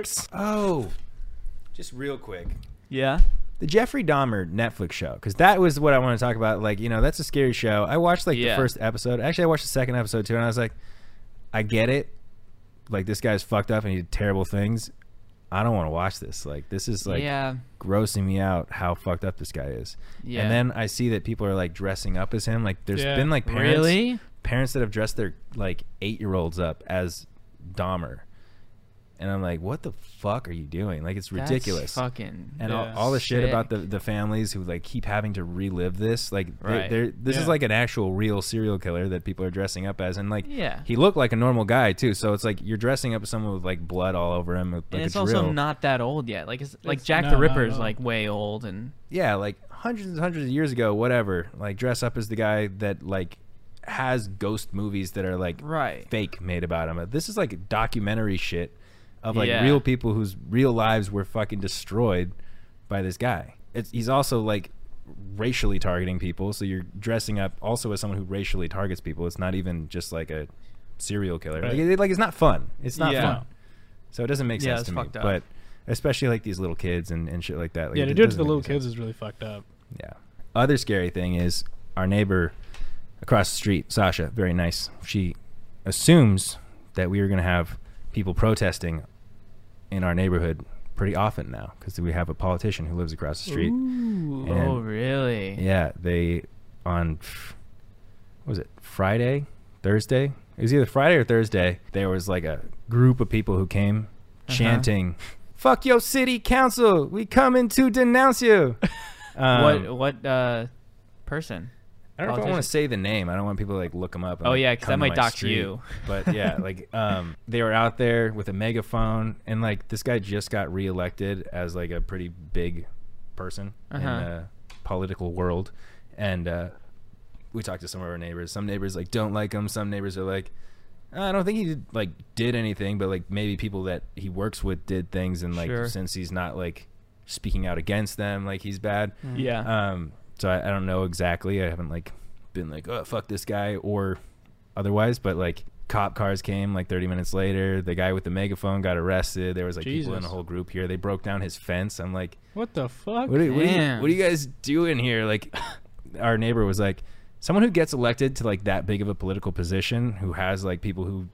Speaker 3: this?
Speaker 5: facts.
Speaker 1: Oh, just real quick.
Speaker 4: Yeah.
Speaker 1: the Jeffrey Dahmer Netflix show because that was what I want to talk about. Like, you know, that's a scary show. I watched like the
Speaker 4: Yeah.
Speaker 1: first episode. Actually, I watched the second episode too, and I was like, I get it. Like, this guy's fucked up and he did terrible things. I don't want to watch this. Like, this is like
Speaker 4: yeah.
Speaker 1: grossing me out how fucked up this guy is.
Speaker 4: Yeah.
Speaker 1: And then I see that people are like dressing up as him. Like, there's
Speaker 3: Yeah.
Speaker 1: been like parents,
Speaker 4: really?
Speaker 1: parents that have dressed their like eight year olds up as Dahmer. And I'm like, what the fuck are you doing? Like, it's
Speaker 4: That's
Speaker 1: ridiculous
Speaker 4: fucking.
Speaker 1: and
Speaker 3: Yeah.
Speaker 1: all, all the shit about the,
Speaker 4: Sick.
Speaker 1: the families who like keep having to relive this like they-
Speaker 4: Right.
Speaker 1: they're, this
Speaker 3: Yeah.
Speaker 1: is like an actual real serial killer that people are dressing up as and like
Speaker 4: Yeah.
Speaker 1: he looked like a normal guy too so it's like you're dressing up as someone with like blood all over him like
Speaker 4: and
Speaker 1: it's,
Speaker 4: it's, also
Speaker 1: real.
Speaker 4: not that old yet. Like it's like
Speaker 3: It's-
Speaker 4: Jack
Speaker 3: no,
Speaker 4: the
Speaker 3: not
Speaker 4: Ripper
Speaker 3: at
Speaker 4: is
Speaker 3: all.
Speaker 4: like way old and
Speaker 1: yeah like hundreds and hundreds of years ago whatever like dress up as the guy that like has ghost movies that are like
Speaker 4: right.
Speaker 1: fake made about him this is like documentary shit of like
Speaker 4: Yeah.
Speaker 1: real people whose real lives were fucking destroyed by this guy. It's, he's also like racially targeting people, so you're dressing up also as someone who racially targets people. It's not even just like a serial killer.
Speaker 3: Right.
Speaker 1: Like, it, like it's not fun. It's not
Speaker 4: Yeah.
Speaker 1: fun. So it doesn't make
Speaker 4: Yeah,
Speaker 1: sense
Speaker 4: it's
Speaker 1: to me.
Speaker 4: fucked up.
Speaker 1: But especially like these little kids and, and shit like that. Like,
Speaker 3: Yeah,
Speaker 1: it
Speaker 3: to do it to
Speaker 1: doesn't
Speaker 3: the
Speaker 1: make
Speaker 3: little
Speaker 1: any sense.
Speaker 3: kids is really fucked up.
Speaker 1: Yeah. Other scary thing is our neighbor across the street, Sasha, very nice. She assumes that we are going to have people protesting in our neighborhood pretty often now because we have a politician who lives across the street.
Speaker 4: Ooh,
Speaker 1: And-
Speaker 4: oh really? <laughs>
Speaker 1: Yeah, they on what was it Friday, Thursday? It was either Friday or Thursday. There was like a group of people who came chanting, "Fuck your city council, we coming to denounce you." Um,
Speaker 4: what what uh person?
Speaker 1: I don't know if I want to
Speaker 4: Politician.
Speaker 1: say the name. I don't want people to like look them up. and,
Speaker 4: Oh,
Speaker 1: like,
Speaker 4: yeah, 'cause
Speaker 1: come
Speaker 4: that
Speaker 1: to
Speaker 4: might
Speaker 1: my
Speaker 4: dox
Speaker 1: street.
Speaker 4: you.
Speaker 1: <laughs> But
Speaker 4: <laughs>
Speaker 1: yeah, like um, they were out there with a megaphone, and like this guy just got reelected as like a pretty big person in
Speaker 4: Uh-huh.
Speaker 1: the political world, and uh, we talked to some of our neighbors. Some neighbors like don't like him. Some neighbors are like, "Uh, I don't think he did, like did anything, but like maybe people that he works with did things, and like
Speaker 4: Sure.
Speaker 1: since he's not like speaking out against them, like he's bad.
Speaker 4: Yeah.
Speaker 1: Um, so I, I don't know exactly. I haven't like been like, oh fuck this guy or otherwise, but like cop cars came like 30 minutes later. The guy with the megaphone got arrested. There was like people in a
Speaker 3: Jesus.
Speaker 1: whole group here. They broke down his fence. I'm like,
Speaker 3: What the fuck?
Speaker 1: what are, what, are you,
Speaker 4: Oh, Damn.
Speaker 1: what are you guys doing here? Like, <sighs> our neighbor was like, someone who gets elected to like that big of a political position, who has like people who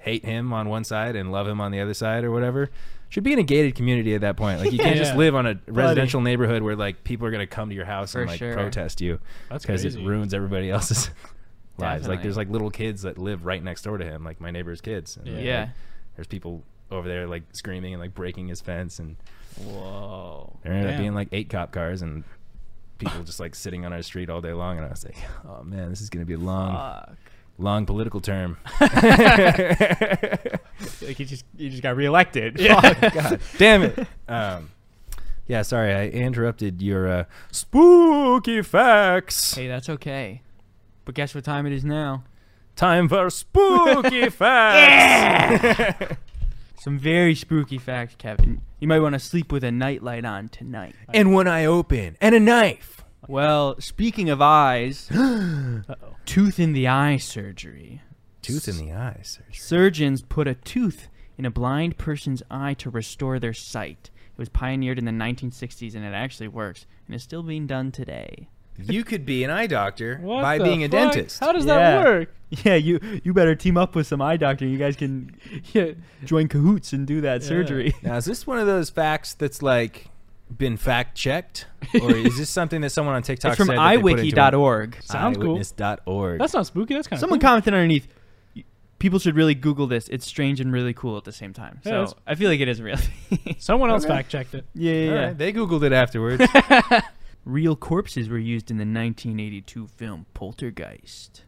Speaker 1: hate him on one side and love him on the other side or whatever, should be in a gated community at that point. Like, you can't
Speaker 4: <laughs>
Speaker 1: just
Speaker 3: Yeah.
Speaker 1: live on a residential neighborhood where like people are gonna come to your house
Speaker 4: For
Speaker 1: and like
Speaker 4: sure.
Speaker 1: protest you
Speaker 3: That's
Speaker 1: because it
Speaker 3: crazy.
Speaker 1: ruins everybody else's <laughs> lives. Like,
Speaker 4: Definitely.
Speaker 1: there's like little kids that live right next door to him, like my neighbor's kids. And,
Speaker 3: Yeah.
Speaker 1: like,
Speaker 4: yeah.
Speaker 1: there's people over there like screaming and like breaking his fence and
Speaker 4: Whoa.
Speaker 1: there ended up
Speaker 3: Damn.
Speaker 1: being like eight cop cars and people just like sitting on our street all day long. And I was like, oh man, this is going to be a long,
Speaker 4: Fuck.
Speaker 1: long political <laughs> term.
Speaker 2: Like he just he just got reelected.
Speaker 1: God damn it. Um, yeah, sorry, I interrupted your uh, spooky facts.
Speaker 4: <laughs> Hey, that's okay. But guess what time it is now?
Speaker 1: Time for <laughs> spooky facts.
Speaker 4: Some very spooky facts, Kevin. You might want to sleep with a nightlight on tonight.
Speaker 1: and one eye open and a knife.
Speaker 4: Well, speaking of
Speaker 2: <gasps>
Speaker 4: eyes,
Speaker 3: Uh-oh.
Speaker 4: tooth in the eye surgery.
Speaker 1: Tooth in the eye, surgery.
Speaker 4: Surgeons put a tooth in a blind person's eye to restore their sight. It was pioneered in the 1960s and it actually works and is still being done today.
Speaker 1: You could be an eye doctor
Speaker 3: What
Speaker 1: by
Speaker 3: the
Speaker 1: being a
Speaker 3: fuck?
Speaker 1: dentist.
Speaker 3: How does
Speaker 2: Yeah.
Speaker 3: that work?
Speaker 2: <laughs> Yeah, you you better team up with some eye doctor. You guys can
Speaker 4: <laughs>
Speaker 3: Yeah.
Speaker 2: join cahoots and do that
Speaker 3: Yeah.
Speaker 2: surgery.
Speaker 1: Now, is this one of those facts that's like, been fact checked, or is this something that someone on TikTok
Speaker 4: It's from
Speaker 1: said that they put into an-
Speaker 4: iwiki.org.
Speaker 3: Sounds cool.
Speaker 1: Eyewitness.org.
Speaker 3: That's not spooky. That's kind of
Speaker 4: Someone
Speaker 3: cool.
Speaker 4: commented underneath. "Y- People should really Google this. It's strange and really cool at the same time.
Speaker 3: Yeah,
Speaker 4: So
Speaker 3: that's-
Speaker 4: I feel like it is real. <laughs> yeah,
Speaker 3: Someone else
Speaker 1: Okay.
Speaker 3: fact checked it.
Speaker 4: yeah,
Speaker 1: All
Speaker 4: yeah.
Speaker 1: right, They googled it
Speaker 4: <laughs>
Speaker 1: afterwards.
Speaker 4: Real corpses were used in the 1982 film Poltergeist.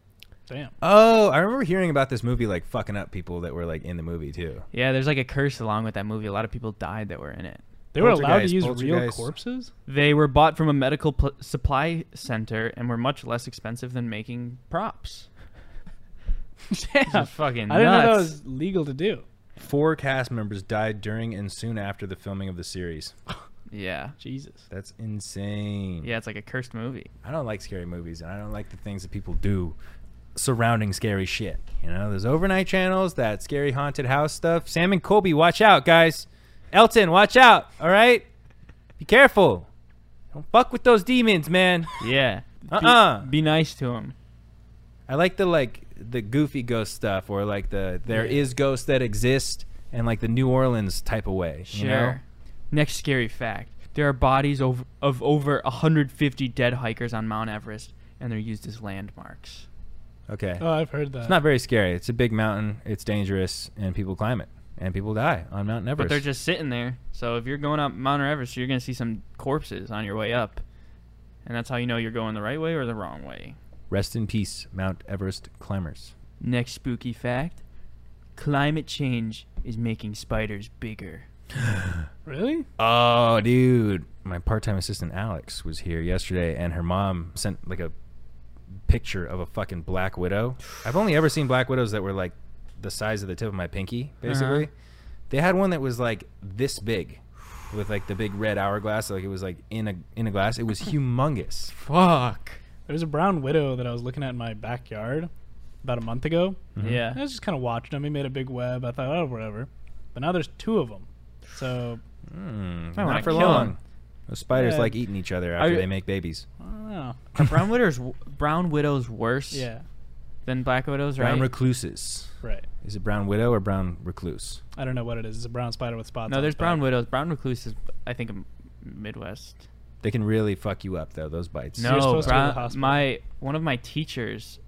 Speaker 3: Damn.
Speaker 1: oh, I remember hearing about this movie like fucking up people that were like in the movie too.
Speaker 4: Yeah, there's like a curse along with that movie. A lot of people died that were in it.
Speaker 3: They were allowed to
Speaker 1: Poltergeist,
Speaker 3: use real
Speaker 1: poltergeist.
Speaker 3: corpses.
Speaker 4: They were bought from a medical pl- supply center and were much less expensive than making props. <laughs> This
Speaker 3: Damn.
Speaker 4: is fucking
Speaker 3: I didn't know that
Speaker 4: nuts.
Speaker 3: was legal to do.
Speaker 1: Four cast members died during and soon after the filming of the series.
Speaker 4: Yeah.
Speaker 3: Jesus.
Speaker 1: That's insane.
Speaker 4: Yeah, it's like a cursed movie.
Speaker 1: I don't like scary movies, and I don't like the things that people do surrounding scary shit. You know, there's overnight channels, that scary haunted house stuff. Sam and Colby, watch out, guys. Elton, watch out. All right, be careful. Don't fuck with those demons, man.
Speaker 4: Yeah. Be-
Speaker 1: Uh-uh.
Speaker 4: Be, nice to him.
Speaker 1: I like the like the goofy ghost stuff, or like the there is ghosts that exist, and like the New Orleans type of way.
Speaker 4: Sure.
Speaker 1: You know?
Speaker 4: Next scary fact. There are bodies of, of over 150 dead hikers on Mount Everest, and they're used as landmarks.
Speaker 1: Okay.
Speaker 3: Oh, I've heard that.
Speaker 1: It's not very scary. It's a big mountain. It's dangerous, and people climb it, and people die on Mount Everest.
Speaker 4: But they're just sitting there. So if you're going up Mount Everest, you're going to see some corpses on your way up. And that's how you know you're going the right way or the wrong way.
Speaker 1: Rest in peace, Mount Everest climbers.
Speaker 4: Next spooky fact climate change is making spiders bigger.
Speaker 3: really.
Speaker 1: Oh, dude. My part time assistant Alex was here yesterday, and her mom sent like a picture of a fucking black <sighs> widow. I've only ever seen black widows that were like the size of the tip of my pinky, basically. They had one that was like this big. With like the big red hourglass, like it was like in a in a glass. It <laughs> was humongous.
Speaker 4: Fuck.
Speaker 3: There's a brown widow that I was looking at in my backyard about a month ago.
Speaker 1: Mm-hmm.
Speaker 4: Yeah.
Speaker 3: I was just kind of watching them. He made a big web. I thought, oh, whatever. But now there's two of them. So
Speaker 1: Mm,
Speaker 4: I wanna
Speaker 1: not for
Speaker 4: kill 'em.
Speaker 1: long. Those spiders
Speaker 3: Yeah.
Speaker 1: like eating each other after
Speaker 4: Are-
Speaker 1: they make babies.
Speaker 3: I don't know.
Speaker 4: Are brown widows brown widows worse
Speaker 3: Yeah,
Speaker 4: than black widows, right?
Speaker 1: Brown recluses.
Speaker 3: right.
Speaker 1: Is it brown widow or brown recluse?
Speaker 3: I don't know what it is. It's a brown spider with spots.
Speaker 4: no,
Speaker 3: on
Speaker 4: there's
Speaker 3: its
Speaker 4: brown
Speaker 3: back.
Speaker 4: widows. Brown recluses, I think, m- Midwest.
Speaker 1: They can really fuck you up though. Those bites.
Speaker 3: So you're
Speaker 4: No,
Speaker 3: supposed to go to the
Speaker 4: brown,
Speaker 3: hospital.
Speaker 4: my one of my teachers,